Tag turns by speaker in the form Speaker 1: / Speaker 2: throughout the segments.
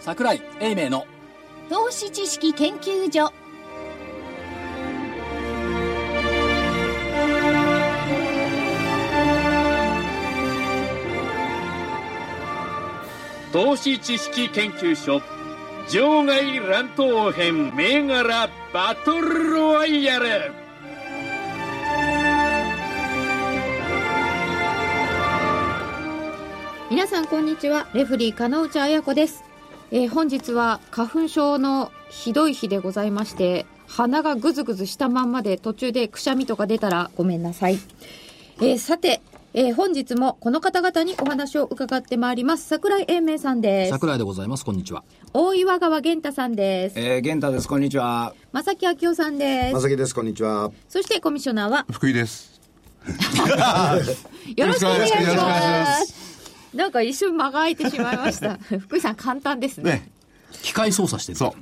Speaker 1: 桜井英明の
Speaker 2: 投資知識研究所
Speaker 3: 投資知識研究所場外乱闘編銘柄バトルロワイヤル
Speaker 4: 皆さんこんにちはレフリー金内彩子です、えー本日は花粉症のひどい日でございまして鼻がぐずぐずしたまんまで途中でくしゃみとか出たらごめんなさい、えーさて、えー本日もこの方々にお話を伺ってまいります桜井英明さんです
Speaker 1: 桜井でございますこんにちは
Speaker 4: 大岩川源太さんです
Speaker 5: えー、源太です、こんにちは。
Speaker 4: 正木明夫さんです
Speaker 6: まさきです、こんにちは。
Speaker 4: そしてコミッショナーは
Speaker 7: 福井です。
Speaker 4: よろしくお願いし
Speaker 7: よろしくお願いし
Speaker 4: ま
Speaker 7: ます
Speaker 4: なんか一瞬間が空いてしまいました 福井さん簡単ですね
Speaker 7: ね、
Speaker 1: 機械操作してる
Speaker 7: そう。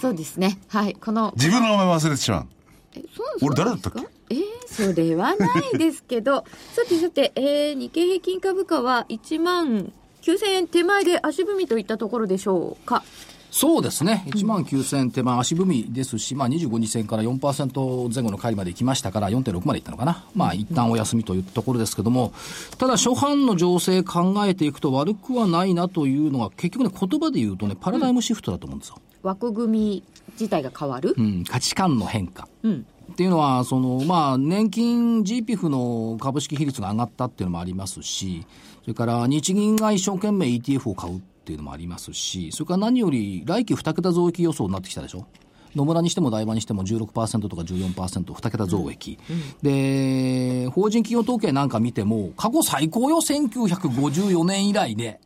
Speaker 4: そうですねはいこの
Speaker 7: 自分の名前忘れてしまう。
Speaker 4: そう
Speaker 7: 俺誰だったっけ
Speaker 4: そうですかえー、それはないですけどさてさて、えー、日経平均株価は1万9000円手前で足踏みといったところでしょうか
Speaker 1: そうですね1万9000手前足踏みですし、まあ、25日線から4%前後の乖離まで行きましたから4.6まで行ったのかなまあ一旦お休みというところですけどもただ初版の情勢考えていくと悪くはないなというのが結局ね言葉で言うとねパラダイムシフトだと思うんですよ、
Speaker 4: 枠組み自体が変わる、
Speaker 1: うん、価値観の変化
Speaker 4: うん
Speaker 1: っていうのは、その、まあ、年金 GPF の株式比率が上がったっていうのもありますし、それから日銀が一生懸命 ETF を買うっていうのもありますし、それから何より来期2桁増益予想になってきたでしょ野村にしても台場にしても16%とか14%、2桁増益、で、法人企業統計なんか見ても、過去最高よ、1954年以来ね。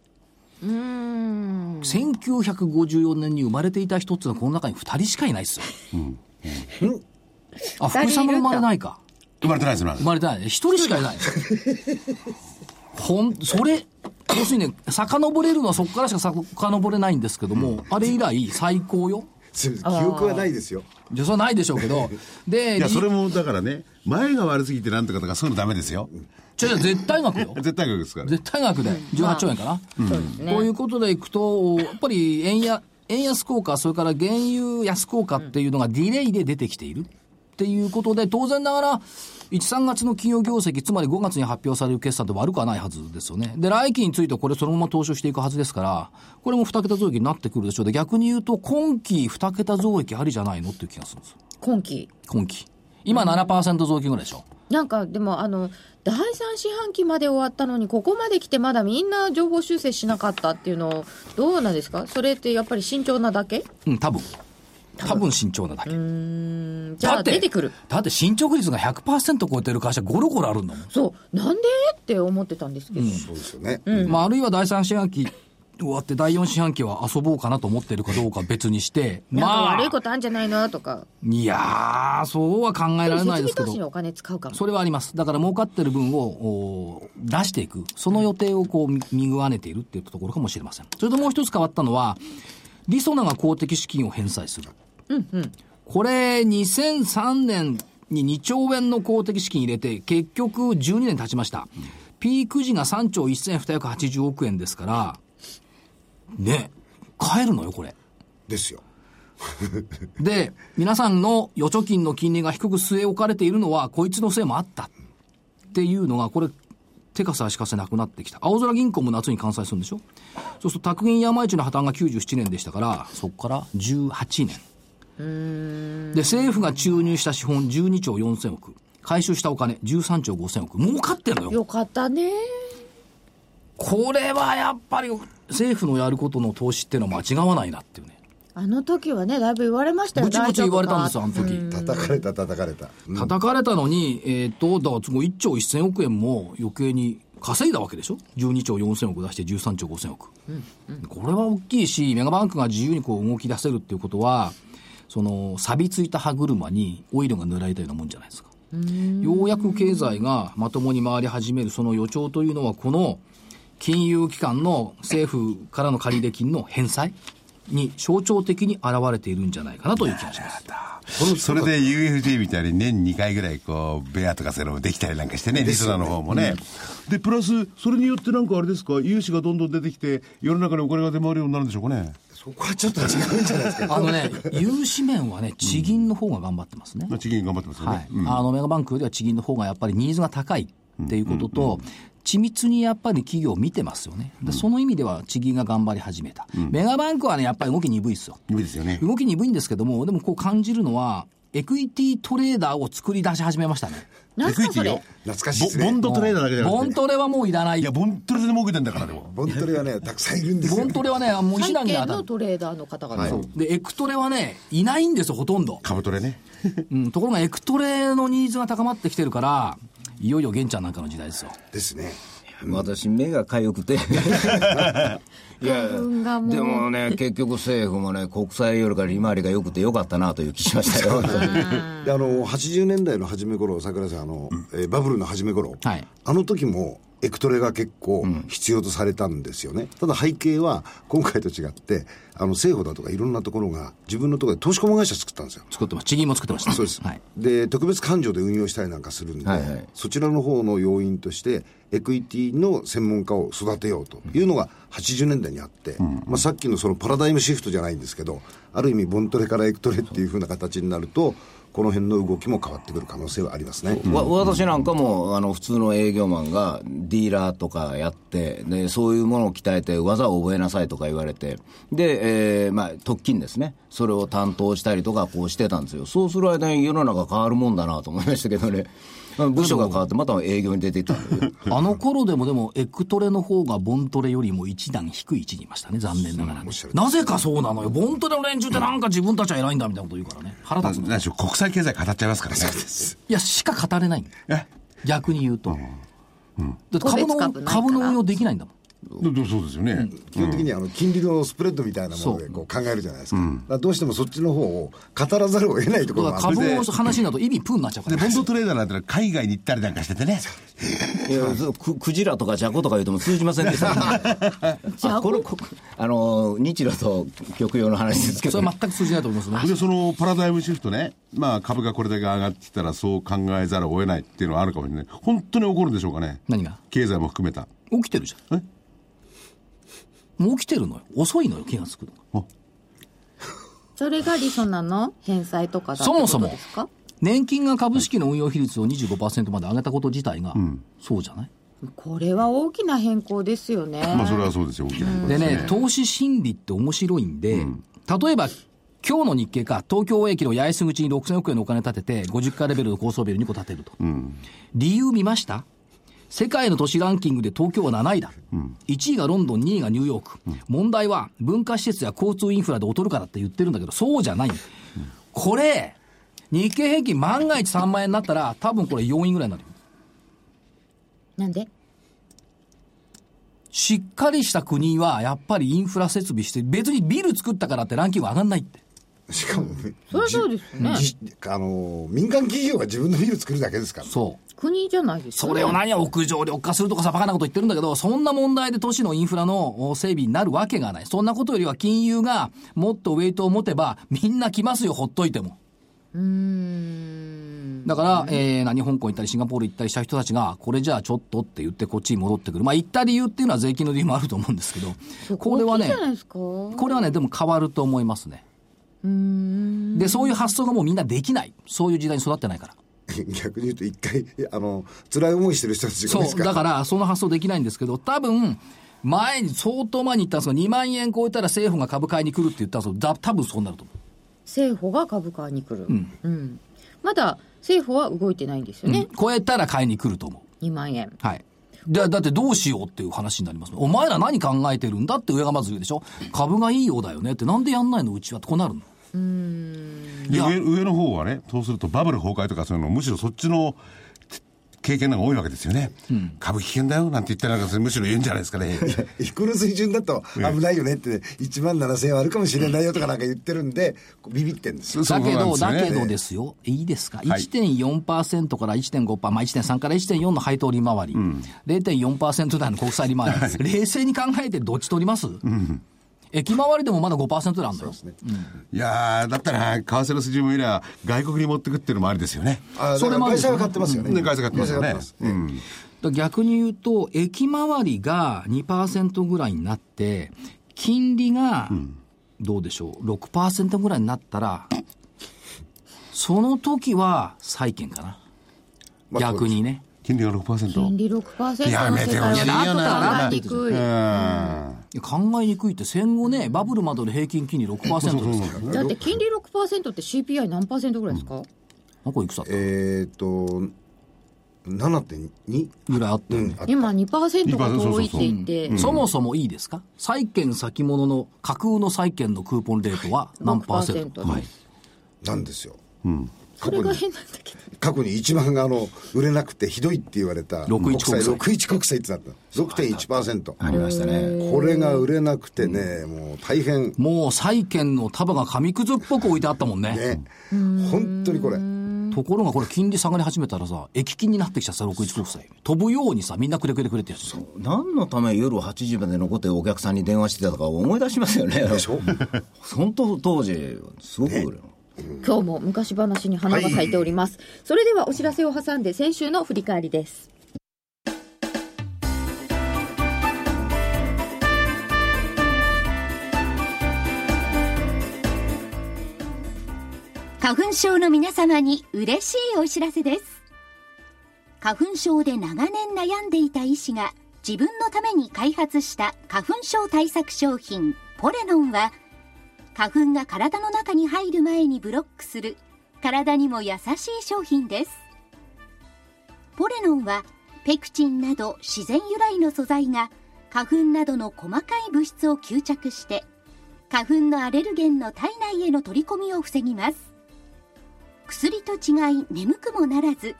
Speaker 1: 1954年に生まれていた人っていうのはこの中に2人しかいないですよ。あ、福井さんも生まれないか。
Speaker 7: 生まれてないです、生ま
Speaker 1: 生まれ
Speaker 7: れてない
Speaker 1: てないね。一人しかいない。ほん、それ、要するにね、遡れるのはそこからしか遡れないんですけども、あれ以来最高よ。
Speaker 6: す記憶はないですよ。
Speaker 1: じゃそれはないでしょうけど。で、
Speaker 7: いや、
Speaker 1: り
Speaker 7: それもだからね、前が悪すぎてなんとかとかそういうのダメですよ。
Speaker 1: ちょいちょい絶対額よ。
Speaker 7: 絶対額ですから。
Speaker 1: 絶対額で18兆円かな。ということでいくと、やっぱり円や円安効果、それから原油安効果っていうのがディレイで出てきている。っていうことで、当然ながら、1、3月の企業業績、つまり5月に発表される決算って悪くはないはずですよね。で、来期についてはこれそのまま投資をしていくはずですから、これも2桁増益になってくるでしょうで、逆に言うと、今期2桁増益ありじゃないのっていう気がするんですよ。
Speaker 4: 今期
Speaker 1: 今期。今7%増益ぐらいでしょ。
Speaker 4: なんかでもあの第三四半期まで終わったのにここまで来てまだみんな情報修正しなかったっていうのどうなんですかそれってやっぱり慎重なだけ
Speaker 1: うん、多分。多分慎重なだけ。
Speaker 4: じゃあ出てくる
Speaker 1: だって進捗率が100%超えてる会社ゴロゴロあるんだもん。
Speaker 4: そうなんでって思ってたんですけど、
Speaker 6: そうですよね。
Speaker 1: まあ、あるいは第3四半期終わって第4四半期は遊ぼうかなと思ってるかどうかは別にして、
Speaker 4: なんか
Speaker 1: まあ
Speaker 4: 悪い、ことあんじゃないのとか、
Speaker 1: いやー、そうは考えられないです
Speaker 4: 設
Speaker 1: け
Speaker 4: 備投資に
Speaker 1: ど。
Speaker 4: お金使うかも。
Speaker 1: それはあります。だから儲かってる分をおー出していく。その予定をこう見見具わねているっていうところかもしれません。それともう一つ変わったのは、りそなが公的資金を返済する。これ、2003年に2兆円の公的資金入れて、結局12年経ちました。ピーク時が3兆1280億円ですから、ね、買えるのよ、これ。
Speaker 6: ですよ。
Speaker 1: で、皆さんの預貯金の金利が低く据え置かれているのは、こいつのせいもあった。っていうのが、これ、手か差しかせなくなってきた。青空銀行も夏に完済するんでしょそうすると、宅銀山一の破綻が97年でしたから、そこから18年。で、政府が注入した資本12兆4000億。回収したお金13兆5000億。儲かってんのよ。
Speaker 4: よかったね。
Speaker 1: これはやっぱり、政府のやることの投資ってのは間違わないなっていうね。
Speaker 4: あの時はね、だいぶ言われましたよ。
Speaker 1: ぶちぶち言われたんですよ、
Speaker 4: 大
Speaker 1: あ
Speaker 4: 丈
Speaker 1: の時。
Speaker 6: 叩かれた、叩かれた。うん
Speaker 1: 叩かれたのに、えーっと、だからすごい1兆1000億円も余計に稼いだわけでしょ ?12 兆4000億出して13兆5000億。これは大きいし、メガバンクが自由にこう動き出せるっていうことは、その、錆びついた歯車にオイルが塗られたようなもんじゃないですか。ようやく経済がまともに回り始めるその予兆というのは、この金融機関の政府からの借入金の返済に象徴的に現れているんじゃないかなという気がします。
Speaker 7: それで UFJ みたいに年2回ぐらいこう、ベアとかそういうのもできたりなんかしてね、リスナーの方もね。で、プラス、それによってなんかあれですか、融資がどんどん出てきて、世の中にお金が出回るようになるんでしょうかね。
Speaker 6: そこはちょっと違うんじゃないですか。
Speaker 1: あのね、融資面はね、地銀の方が頑張ってますね。
Speaker 7: まあ、地銀頑張ってますよ
Speaker 1: はい
Speaker 7: ね。うん
Speaker 1: あのメガバンクよりは地銀の方がやっぱりニーズが高いっていうことと、緻密にやっぱり企業を見てますよね、でその意味では地銀が頑張り始めた、メガバンクはね、やっぱり動き鈍いですよ、
Speaker 7: 鈍いですよね。
Speaker 1: 動き鈍いんですけども、でもこう感じるのは、エクイティトレーダーを作り出し始めましたね。
Speaker 4: なんすかそ
Speaker 7: エクイ
Speaker 4: れ
Speaker 7: ティよ
Speaker 6: 懐かしいですね
Speaker 7: ボボンドトレーダーだけじゃな
Speaker 1: ボ
Speaker 7: く
Speaker 1: ン
Speaker 7: て。
Speaker 1: トレはもういらない
Speaker 7: いや、、ボントレで儲けてんだから、でも。
Speaker 6: ボントレはね、たくさんいるんですよ。
Speaker 1: ボントレはね、もう石
Speaker 4: 債
Speaker 1: 段に
Speaker 4: 券
Speaker 1: 当た
Speaker 4: の
Speaker 1: る。
Speaker 4: トレーダーの方が、
Speaker 7: はい
Speaker 4: そ
Speaker 1: そううでエクトレはね、いないんですよ、ほとんど、
Speaker 7: 株トレね。
Speaker 1: うん。ところがエクトレのニーズが高まってきてるから、いよいよ玄ちゃんなんかの時代ですよ。
Speaker 6: ですね。
Speaker 5: 私目がかゆくていや
Speaker 4: 分がもう
Speaker 5: でもね結局政府もね国債よりか利回りが良くて良かったなという気しましたよ
Speaker 6: であの80年代の初め頃桜井さんあの、えーバブルの初め頃、
Speaker 1: はい
Speaker 6: あの時もエクトレが結構必要とされたんですよね、ただ背景は今回と違ってあの政府だとかいろんなところが自分のところで投資顧問会社作ったんですよ
Speaker 1: 作ってます。地銀も作ってました。
Speaker 6: そうです、
Speaker 1: はい。
Speaker 6: で特別勘定で運用したりなんかするんで、
Speaker 5: はいはい
Speaker 6: そちらの方の要因としてエクイティの専門家を育てようというのが80年代にあって、まあ、さっきのそのパラダイムシフトじゃないんですけどある意味ボントレからエクトレっていうふうな形になるとこの辺の動きも変わってくる可能性はありますね、
Speaker 5: わ私なんかもあの普通の営業マンがディーラーとかやってでそういうものを鍛えて技を覚えなさいとか言われてで、えーまあ、特勤ですねそれを担当したりとかこうしてたんですよそうする間に世の中変わるもんだなと思いましたけどねあの部署が変わってまた営業に出ていったんだよ
Speaker 1: あの頃でもでも、エクトレの方がボントレよりも一段低い位置にいましたね、残念ながらね、なぜかそうなのよ。ボントレの連中ってなんか自分たちは偉いんだみたいなこと言うからね。腹
Speaker 7: まあ
Speaker 1: 立つの。
Speaker 7: 何でしょう、国際経済語っちゃいますからね。
Speaker 1: いや、しか語れないんだよ
Speaker 7: え
Speaker 1: 逆に言うと。だって株の、
Speaker 4: 個別株ないから
Speaker 1: 株の運用できないんだもん。
Speaker 7: どどそうですよね。
Speaker 6: 基本的にあの金利のスプレッドみたいなものでこう考えるじゃないですか,、どうしてもそっちの方を語らざるを得ないところ
Speaker 1: だ
Speaker 6: が
Speaker 1: か
Speaker 6: あ
Speaker 1: ら
Speaker 6: る
Speaker 1: 株の話になると意味プーになっちゃうか
Speaker 7: で、
Speaker 1: ら。
Speaker 7: ボンドトレーダーなんてのは海外に行ったりなんかしててね。
Speaker 5: いやそうククジラとかジャコとか言うても通じませんでした、
Speaker 4: ジャコ
Speaker 5: あこれこあの日露と極洋の話ですけ
Speaker 1: そ
Speaker 5: ど
Speaker 1: れは全く通じないと思いますね。
Speaker 7: で、そのパラダイムシフトね。まあ、株がこれだけ上がってきたら、そう考えざるを得ないっていうのはあるかもしれない。本当に起こるんでしょうかね。
Speaker 1: 何が
Speaker 7: 経済も含めた。
Speaker 1: 起きてるじゃん。もう起きてるのよ。遅いのよ、気がつくのが。
Speaker 4: それが理想なの返済とかだ
Speaker 1: そもそも
Speaker 4: ってことですか
Speaker 1: 年金が株式の運用比率を25%まで上げたこと自体が、そうじゃない
Speaker 4: これは大きな変更ですよね、
Speaker 7: まあ、それはそうですよ。大きなこと
Speaker 1: で
Speaker 7: です
Speaker 1: ね、投資心理って面白いんで、例えば、今日の日経か、東京駅の八重洲口に6000億円のお金建てて、50階レベルの高層ビル2個建てると。理由見ました世界の都市ランキングで東京は7位だ。1位がロンドン、2位がニューヨーク。問題は、文化施設や交通インフラで劣るからって言ってるんだけど、そうじゃない。これ、日経平均万が一3万円になったら、多分これ4位ぐらいになるよ。
Speaker 4: なんで
Speaker 1: しっかりした国は、やっぱりインフラ設備して、別にビル作ったからってランキング上がんないって。
Speaker 6: しかもね
Speaker 4: そりゃそうですよね
Speaker 6: じあの民間企業が自分のビル作るだけですから
Speaker 1: そう。
Speaker 4: 国じゃないです
Speaker 1: それを何や屋上緑化するとかさ、バカなこと言ってるんだけど、そんな問題で都市のインフラのお整備になるわけがない。そんなことよりは金融がもっとウェイトを持てば、みんな来ますよ、ほっといても。だから、えー、何、香港行ったり、シンガポール行ったりした人たちが、これじゃあちょっとって言って、こっちに戻ってくる。まあ、行った理由っていうのは税金の理由もあると思うんですけど、これは
Speaker 4: 大
Speaker 1: ね
Speaker 4: きいじゃ、ないですかこ
Speaker 1: これはね、でも変わると思いますね。で、そういう発想がもうみんなできない。そういう時代に育ってないから。
Speaker 6: 逆に言うと一回あの辛い思いしてる人たちが
Speaker 1: そ
Speaker 6: です
Speaker 1: う、だから、その発想できないんですけど、多分、前に、相当前に言ったんですが、2万円超えたら政府が株買いに来るって言ったんですよ。だ多分そうなると思う。
Speaker 4: 政府が株価に来る、うんまだ政府は動いてないんですよね、
Speaker 1: 超えたら買いに来ると思う。
Speaker 4: 2万円
Speaker 1: はい。だだってどうしようっていう話になりますねお前ら何考えてるんだって上がまず言うでしょ株がいいようだよねってなんでやんないのうちはってこうなるの
Speaker 7: で上上の方はね、そうするとバブル崩壊とかそういうの、むしろそっちのて経験の方が多いわけですよね。株危険だよなんて言ったりなんかするむしろ言うんじゃないですかね。
Speaker 6: イクル水準だと危ないよねって、1万7000円はあるかもしれないよとかなんか言ってるんで、こうビビってんですよ。
Speaker 1: だけど、
Speaker 7: そうなん
Speaker 1: だ
Speaker 7: ですよね
Speaker 1: けどですよ、いいですか、
Speaker 7: はい
Speaker 1: 1.4%から1.5%、まあ、1.3から1.4の配当利回り、0.4%台の国債利回り、冷静に考えてどっち取ります、駅回りでもまだ5%なんだよ。
Speaker 7: いやー、だったら、為替の筋もいりゃ、外国に持ってくっていうのもありですよね。
Speaker 6: あ
Speaker 1: それもあるんで
Speaker 6: 会
Speaker 1: す
Speaker 6: 社
Speaker 1: よ
Speaker 6: は買ってますよね。
Speaker 7: ね会社買ってますよね
Speaker 6: 会社買って
Speaker 1: だか
Speaker 6: ます
Speaker 1: ら逆に言うと、駅回りが2%ぐらいになって、金利がどうでしょう、6%ぐらいになったら、その時は債券かな。
Speaker 6: まあ
Speaker 1: 逆にね。
Speaker 7: 金利が6%
Speaker 4: 金利6%
Speaker 7: やめてほしいよ
Speaker 4: の
Speaker 7: な
Speaker 4: 世界はだって低
Speaker 1: い
Speaker 4: い
Speaker 1: や考えにくいって戦後ね、バブルまでの平均金利6%ですから。
Speaker 4: だって金利6%って CPI 何パーセントぐらいですか、
Speaker 1: あ、これいくつだった
Speaker 6: えーっと、7.2?
Speaker 1: ぐらいあった
Speaker 6: う
Speaker 1: よ
Speaker 6: ん
Speaker 1: ね。、
Speaker 6: あ
Speaker 4: 今2%が遠いって言って、
Speaker 1: そもそもいいですか債券先物の、架空の債券のクーポンレートは何パーセント
Speaker 4: 6%
Speaker 1: はい。
Speaker 6: なんですよ。
Speaker 4: そ
Speaker 6: 過
Speaker 4: れ
Speaker 6: 去
Speaker 4: が
Speaker 6: に、
Speaker 4: 変なんだけど。
Speaker 6: 過去に一番あの、売れなくてひどいって言われた、
Speaker 1: 61国債
Speaker 6: 61国債ってなったの。6.1%。
Speaker 5: ありましたね。
Speaker 6: これが売れなくてね、もう大変、
Speaker 1: もう債券の束が紙くずっぽく置いてあったもんね。
Speaker 6: ね、本当にこれ、
Speaker 1: ところがこれ金利下がり始めたらさ、駅金になってきちゃった61国債。飛ぶようにさ、みんなくれくれくれってやつ。
Speaker 5: 何のため夜8時まで残ってお客さんに電話してたとか思い出しますよね。で
Speaker 6: しょ
Speaker 5: 本当当時、すごく売れ
Speaker 4: 今日も昔話に花が咲いております、それではお知らせを挟んで先週の振り返りです
Speaker 2: 花粉症の皆様に嬉しいお知らせです花粉症で長年悩んでいた医師が自分のために開発した花粉症対策商品ポレノンは花粉が体の中に入る前にブロックする体にも優しい商品ですポレノンはペクチンなど自然由来の素材が花粉などの細かい物質を吸着して花粉のアレルゲンの体内への取り込みを防ぎます薬と違い眠くもならず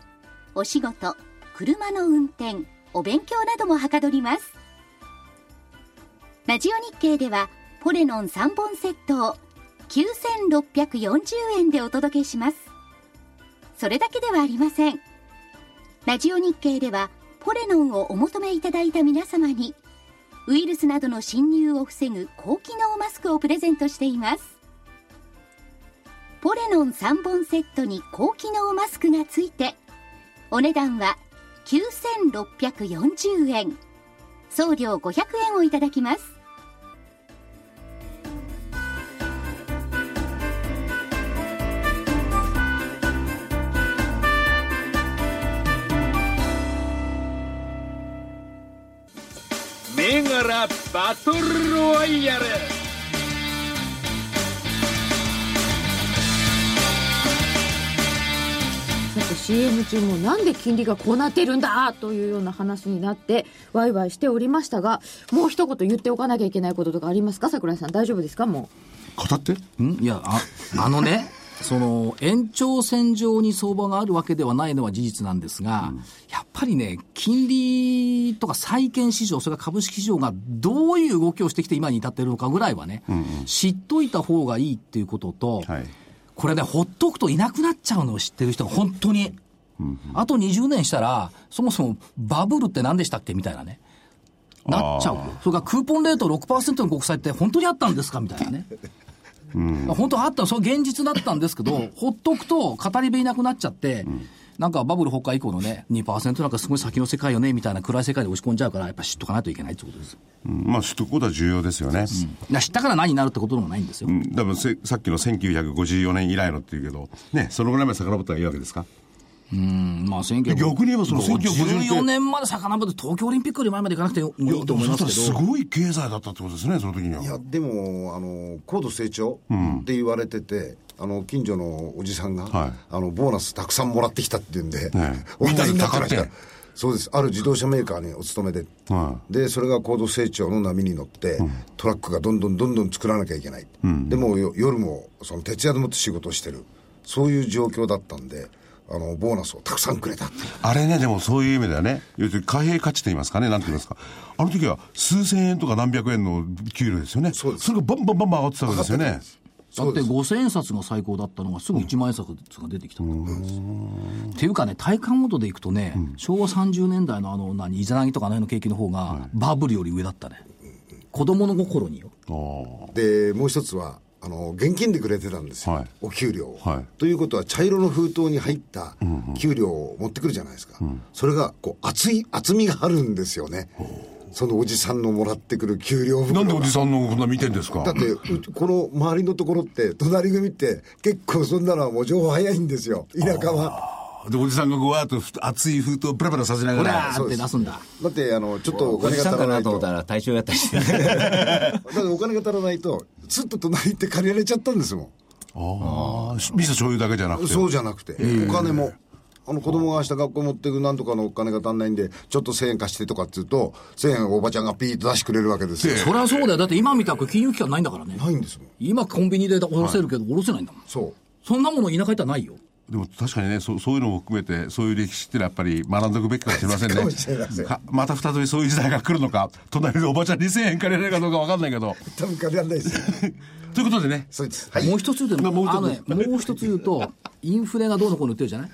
Speaker 2: お仕事車の運転お勉強などもはかどりますラジオ日経ではポレノン3本セットを9640円でお届けしますそれだけではありませんラジオ日経ではポレノンをお求めいただいた皆様にウイルスなどの侵入を防ぐ高機能マスクをプレゼントしていますポレノン3本セットに高機能マスクがついてお値段は9640円送料500円をいただきます
Speaker 3: 銘柄バトルロワイヤル
Speaker 4: さて CM 中もなんで金利がこうなってるんだというような話になってワイワイしておりましたがもう一言言っておかなきゃいけないこととかありますか桜井さん大丈夫ですかも
Speaker 7: 語って
Speaker 1: んいや、あ、あのね、その、延長線上に相場があるわけではないのは事実なんですが、やっぱりね、金利とか債券市場、それから株式市場がどういう動きをしてきて今に至っているのかぐらいはね、知っといた方がいいっていうことと、
Speaker 7: はい
Speaker 1: これね、ほっとくといなくなっちゃうのを知ってる人が本当に。あと20年したら、そもそもバブルって何でしたっけみたいなね。なっちゃうよ。それからクーポンレート6%の国債って本当にあったんですかみたいなね。本当あった、それ現実だったんですけど、ほっとくと語り部いなくなっちゃって、なんかバブル崩壊以降のね、2%なんかすごい先の世界よね、みたいな暗い世界で押し込んじゃうから、やっぱ知っとかないといけないってことですよ。
Speaker 7: うんまあ知っとくことは重要ですよね、
Speaker 1: だから知ったから何になるってことでもないんですよ。
Speaker 7: うん、多分せさっきの1954年以来のっていうけど、ね、そのぐらいまで遡ったらいいわけですか
Speaker 1: まあ、1954
Speaker 7: 逆に言えばその1954って
Speaker 1: 14年まで遡って東京オリンピックより前まで行かなくてもいいと思いますけ
Speaker 7: す
Speaker 1: ど。
Speaker 7: ごい経済だったってことですね、その時には。
Speaker 6: いや、でも、あの、高度成長って言われてて、あの、近所のおじさんが、
Speaker 7: はい
Speaker 6: あの、ボーナスたくさんもらってきたっていうん
Speaker 7: ね
Speaker 6: で、
Speaker 7: え
Speaker 6: 同じ
Speaker 7: みんな買
Speaker 6: 宝
Speaker 7: って
Speaker 6: した。 そうです。ある自動車メーカーにお勤めで。
Speaker 7: は
Speaker 6: で、それが高度成長の波に乗って、トラックがどんどんどんどん作らなきゃいけない。でもうよ夜も、その徹夜でもって仕事をしてる。そういう状況だったんで、あの、ボーナスをたくさんくれたっていう。
Speaker 7: あれね、でもそういう意味ではね、要するに貨幣価値と言いますかね、なんて言いますか、あの時は数千円とか何百円の給料ですよね、
Speaker 6: そうです
Speaker 7: それがバンバンバンバン上がってたわけですよね。
Speaker 1: だって5000円札が最高だったのがすぐ1万円札が出てきたんだからっていうかね、体感温度でいくとね、昭和30年代のあの、何、イザナギとかあの辺の景気の方が、バブルより上だったね。子供の心によ。
Speaker 6: でもう一つはあの現金でくれてたんですよ、
Speaker 7: はい
Speaker 6: お給料を、
Speaker 7: はい
Speaker 6: ということは茶色の封筒に入った給料を持ってくるじゃないですか、それがこう厚い厚みがあるんですよね、そのおじさんのもらってくる給料
Speaker 7: な
Speaker 6: 袋
Speaker 7: んでおじさんのこんな見てんですか
Speaker 6: だって、うこの周りのところって、隣組って、結構そんなのはもう情報早いんですよ、田舎は。
Speaker 7: でおじさんがこうわーっとふ熱い封筒をブラブラさせなが
Speaker 1: ほ
Speaker 7: ら
Speaker 1: らーって出すんだ。
Speaker 6: だって、あの、ちょっとお
Speaker 5: お
Speaker 6: 金
Speaker 5: じ
Speaker 6: が
Speaker 5: さん
Speaker 6: 足
Speaker 5: から
Speaker 6: な
Speaker 5: ないと思
Speaker 6: と。
Speaker 5: っ
Speaker 6: だ
Speaker 5: たら対象やったりして。
Speaker 6: ってお金が足らないと、ずっと隣行って借りられちゃったんですも
Speaker 7: ああ味噌醤油だけじゃなく
Speaker 6: ん。
Speaker 7: て
Speaker 6: そうじゃなくて、お金も。あの子供が明日学校持ってくなんとかのお金が足んないんで、ちょっと1000円貸してとかって言うと、1000円おばちゃんがピーッと出してくれるわけですよ。
Speaker 1: そりゃそうだよ。だって今みたく金融機関ないんだからね。
Speaker 6: ないんですもん。
Speaker 1: 今コンビニで下ろせるけど、下ろせないんだもん。
Speaker 6: そう。
Speaker 1: そんなもの田舎行ったらないよ。
Speaker 7: でも確かにねそうそういうのも含めてそういう歴史ってのはやっぱり学んでおくべきかもしれませんね
Speaker 6: かもしれません
Speaker 7: かまた再びそういう時代が来るのか隣のおばちゃん2000円借りれるかどうか分かんないけど
Speaker 6: 多分借りられないですよ。
Speaker 7: ということでね
Speaker 6: そうです。はい。
Speaker 1: もう一つ言う
Speaker 7: ま
Speaker 1: と、
Speaker 7: あもう一つ
Speaker 1: あのね、もう一つ言うと、インフレがどうのこうの言ってるじゃない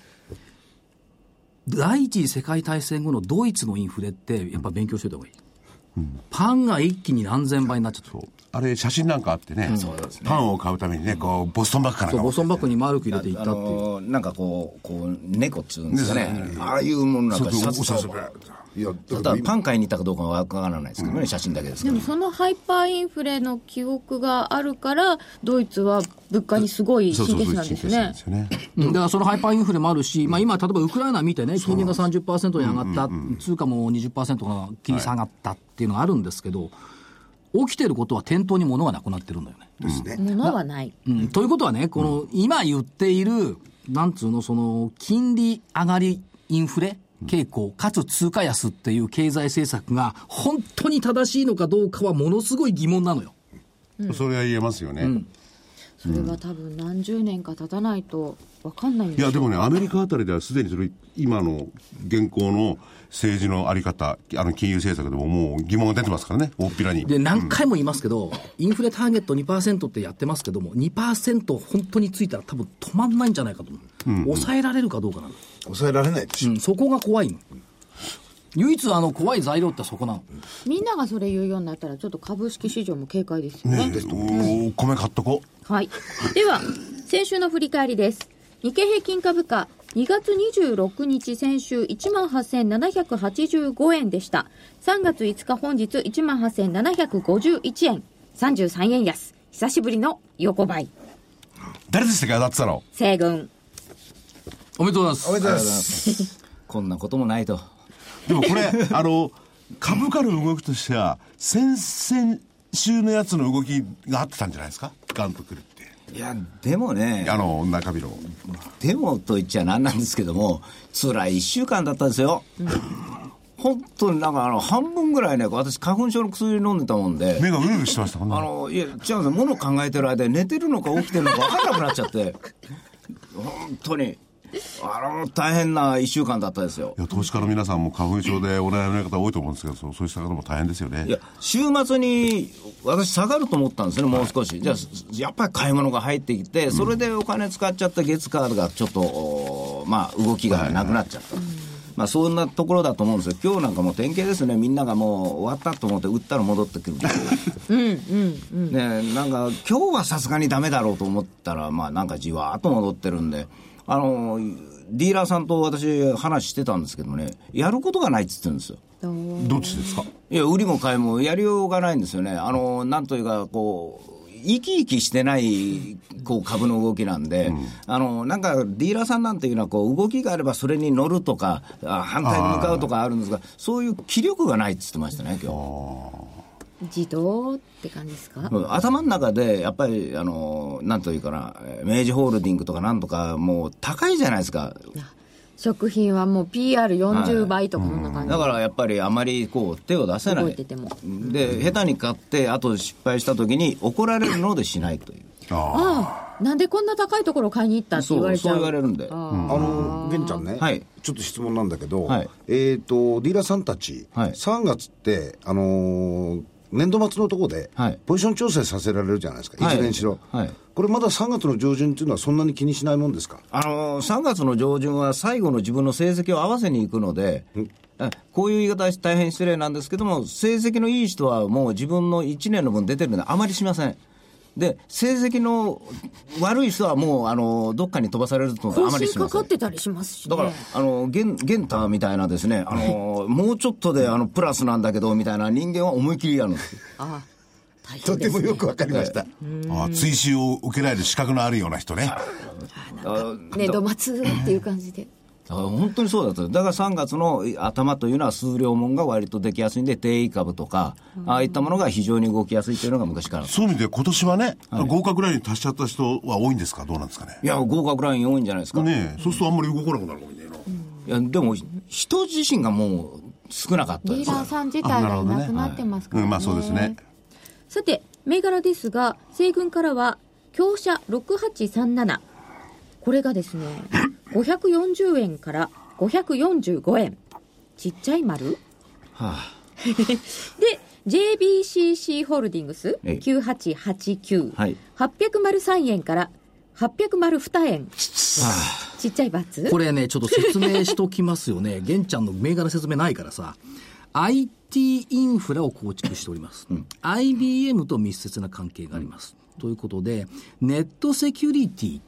Speaker 1: 第一次世界大戦後のドイツのインフレって、やっぱ勉強しておいた方がいい。パンが一気に何千倍になっちゃった。
Speaker 7: そうあれ写真なんかあってね、パンを買うためにねこうボストンバッグかなん
Speaker 1: そう
Speaker 7: か
Speaker 1: ボストンバッグに丸く入れていった
Speaker 5: あ
Speaker 1: っていう。
Speaker 5: のーなんかこう、こう、猫っつうんですかね。ああいうものなんかシャツ
Speaker 7: そう
Speaker 5: と
Speaker 7: そうお札
Speaker 6: いや、
Speaker 5: あ
Speaker 6: だ
Speaker 5: と
Speaker 6: か
Speaker 5: は
Speaker 6: ら
Speaker 5: パン買いに行ったかどうかはわからないですけどね、写真だけですか
Speaker 4: で
Speaker 5: ら
Speaker 4: も。そのハイパーインフレの記憶があるからドイツは物価にすごい
Speaker 7: そうそ
Speaker 4: 神
Speaker 7: う
Speaker 4: 経質
Speaker 7: そう
Speaker 4: なんですね
Speaker 7: 神経質ですよね
Speaker 1: うんだからそのハイパーインフレもあるし、まあ、今、例えばウクライナ見てね、金利が30%に上がった、通貨も20%が切り下がったっていうのがあるんですけど、起きてることは店頭に物がなくなってるんだよね。
Speaker 4: 物はない
Speaker 1: うんということはね、この今言っている、なんつうの、その金利上がりインフレ傾向、かつ通貨安っていう経済政策が本当に正しいのかどうかはものすごい疑問なのよ。
Speaker 7: それは言えますよね、
Speaker 4: それは多分何十年か経たないと分かんないん
Speaker 7: い
Speaker 4: で
Speaker 7: や
Speaker 4: す
Speaker 7: で
Speaker 4: よ
Speaker 7: もね、アメリカあたりではすでにそれ、今の現行の政治のあり方、あの金融政策でももう疑問が出てますからね、大っぴらに。
Speaker 1: で、何回も言いますけど、インフレターゲット2%ってやってますけども、2%本当についたら多分止まんないんじゃないかと思う。抑えられるかどうかなの。
Speaker 6: 抑えられないでしょ
Speaker 1: うん、そこが怖いの。唯一あの怖い材料ってそこなの。
Speaker 4: みんながそれ言うようになったらちょっと株式市場も警戒ですよね
Speaker 7: ねおお米買っとこう。
Speaker 4: はい。では、先週の振り返りです。日経平均株価、2月26日先週18,785円でした。3月5日本日18,751円。33円安。久しぶりの横ばい。
Speaker 7: 誰でしたっけ、当たってたの。
Speaker 4: 西軍。
Speaker 1: おめでとうございます。
Speaker 6: おめでとうございます。
Speaker 5: こんなこともないと。
Speaker 7: でもこれ、あの、株価の動きとしては、先々週のやつの動きが合ってたんじゃないですか、ガンとくるって。
Speaker 5: いや、でもね、
Speaker 7: あの、中日の。
Speaker 5: でもと言っちゃなんなんですけども、辛い1週間だったんですよ。本当になんかあの、半分ぐらいね、私花粉症の薬飲んでたもんで。
Speaker 7: 目がうるうるしてましたもんね。
Speaker 5: あの、いや、違うんですよ。もの考えてる間に寝てるのか起きてるのか分からなくなっちゃって。本当に。あの、大変な一週間だったですよ
Speaker 7: い。や投資家の皆さんも花粉症でお悩みの方多いと思うんですけど、そうそうした方も大変ですよね。
Speaker 5: いや、週末に私下がると思ったんですね、もう少し。じゃあ、やっぱり買い物が入ってきて、それでお金使っちゃった月カードがちょっと、おーまあ、動きがなくなっちゃった。まあ、そんなところだと思うんですよ。今日なんかもう典型ですね。みんながもう終わったと思って、売ったら戻って くる。ね、なんか今日はさすがにダメだろうと思ったら、まあ、なんかじわーっと戻ってるんで、あのディーラーさんと私、話してたんですけどもね、やることがないって言ってるんですよ。
Speaker 7: どっちですか
Speaker 5: いや、売りも買いもやりようがないんですよね。あの、なんというか、こう、生き生きしてない、こう、株の動きなんで、あの、なんか、ディーラーさんなんていうのは、こう、動きがあればそれに乗るとか、あ反対に向かうとかあるんですが、そういう気力がないって言ってましたね、今日。
Speaker 4: 自動って感じですか
Speaker 5: 頭の中で、やっぱり、あの、なんというかな、明治ホールディングとかなんとか、もう高いじゃないですか。
Speaker 4: 食品はもう PR40 倍とかこんな感じ。
Speaker 5: だからやっぱりあまりこう手を出せな
Speaker 4: 動
Speaker 5: い
Speaker 4: いてても
Speaker 5: で下手に買ってあと失敗した時に怒られるのでしないという
Speaker 7: ああ。
Speaker 4: ああ、なんでこんな高いところ買いに行ったって
Speaker 5: そ
Speaker 4: 言わ
Speaker 5: う
Speaker 4: れち
Speaker 5: そう
Speaker 4: ゃう。
Speaker 5: 言われるんで、
Speaker 6: あの、玄ちゃんね、
Speaker 5: はい
Speaker 6: ちょっと質問なんだけど、
Speaker 5: はい
Speaker 6: えっ、と、ディーラーさんたち、
Speaker 5: はい
Speaker 6: 3月って、あのー年度末のところで
Speaker 5: はい、
Speaker 6: ポジション調整させられるじゃないですか、
Speaker 5: はい
Speaker 6: 一年しろ、
Speaker 5: はい
Speaker 6: これまだ3月の上旬っていうのは、そんなに気にしないもんですか
Speaker 5: あの3月の上旬は最後の自分の成績を合わせに行くので、あこういう言い方は大変失礼なんですけども、成績のいい人はもう自分の1年の分出てるんで、あまりしません。で、成績の悪い人はもう、あの、どっかに飛ばされるとあ
Speaker 8: 更
Speaker 5: まり
Speaker 8: 新
Speaker 5: しま
Speaker 8: か
Speaker 5: せ
Speaker 8: かっ。
Speaker 5: ん
Speaker 8: てたりしますしね
Speaker 5: だから、あの、ゲン、ゲンターみたいなですね、あの、もうちょっとで、あの、プラスなんだけど、みたいな人間は思い切りやるんですよ。
Speaker 8: あ大
Speaker 6: と
Speaker 8: 変
Speaker 6: て
Speaker 8: です
Speaker 6: もよくわかりま した。
Speaker 7: ああ追試を受けられる資格のあるような人ね。
Speaker 4: ね度末っていう感じで
Speaker 5: だから本当にそうだったよだから3月の頭というのは数量もんが割とできやすいんで定位株とかああいったものが非常に動きやすいというのが昔から
Speaker 7: そういう意味で今年はね、合格ラインに達しちゃった人は多いんですかどうなんですかね。
Speaker 5: いや合格ライン多いんじゃないですか、
Speaker 7: ねえ、そうするとあんまり動かなくなるかもしれないな。
Speaker 5: いやでも人自身がもう少なかった
Speaker 4: リー
Speaker 5: です
Speaker 4: ダーさん自
Speaker 7: あ
Speaker 4: 体
Speaker 7: な
Speaker 4: が
Speaker 7: るほ
Speaker 4: い
Speaker 7: どね
Speaker 4: なくなってますから
Speaker 7: う
Speaker 4: ね
Speaker 7: ん、まあそうですね。
Speaker 4: さて銘柄ですが西軍からは強者6837これがですね540円から545円ちっちゃい丸
Speaker 5: は
Speaker 4: で JBCC ホールディングス
Speaker 5: ええ
Speaker 4: 9889、
Speaker 5: はい
Speaker 4: 803円から802円ちっちゃいバ ツ
Speaker 1: これね、ちょっと説明しときますよ ね。玄ちゃんの銘柄説明ないからさ。IT インフラを構築しております。IBM と密接な関係があります。ということで、ネットセキュリティ、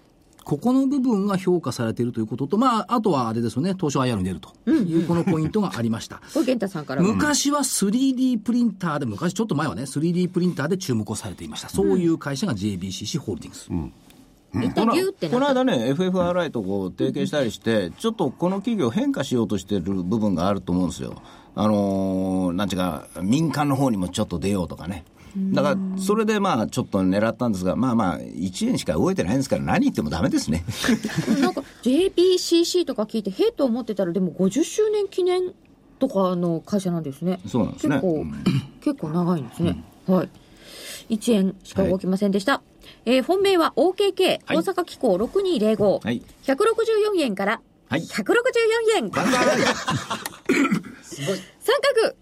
Speaker 1: ここの部分が評価されているということと、まあ、あとはあれですよね、東証 IR に出るというこのポイントがありま した。
Speaker 4: これ源太さんからは
Speaker 1: 昔は 3D プリンターで、昔ちょっと前はね、3D プリンターで注目をされていました。そういう会社が JBCC ホールディングス。
Speaker 4: 一
Speaker 5: こ
Speaker 4: 旦
Speaker 5: の
Speaker 4: ギューって
Speaker 5: この
Speaker 4: なった
Speaker 5: 間ね FFRI とこう提携したりしてちょっとこの企業変化しようとしてる部分があると思うんですよあのーなんていうか民間の方にもちょっと出ようとかねだからそれでまあちょっと狙ったんですがまあまあ1円しか動いてないんですから何言ってもダメですね
Speaker 4: なんか JBCC とか聞いてへえと思ってたらでも50周年記念とかの会社なんですね
Speaker 5: そうなんですね
Speaker 4: 結構結構長いんですね、はい1円しか動きませんでした、えー本命は OKK 大阪機構6205、
Speaker 5: はい
Speaker 4: 164円から
Speaker 5: はい
Speaker 4: 164円、三角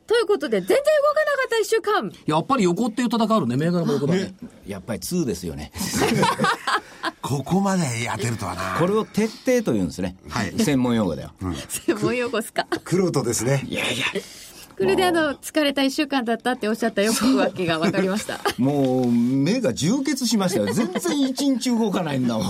Speaker 4: ということで全然動かなかった1週 間
Speaker 1: やっぱり横っていう戦うのね、銘柄も横だね。
Speaker 5: やっぱり2ですよね
Speaker 7: ここまで当てるとはな。
Speaker 5: これを徹底というんですね、専門用語だよ、
Speaker 4: 専門用語す か
Speaker 6: 黒人ですね。
Speaker 5: いやいや
Speaker 4: これであの疲れた1週間だったっておっしゃったよくわけが分かりま した
Speaker 5: もう目が充血しましたよ全然一日動かないんだもん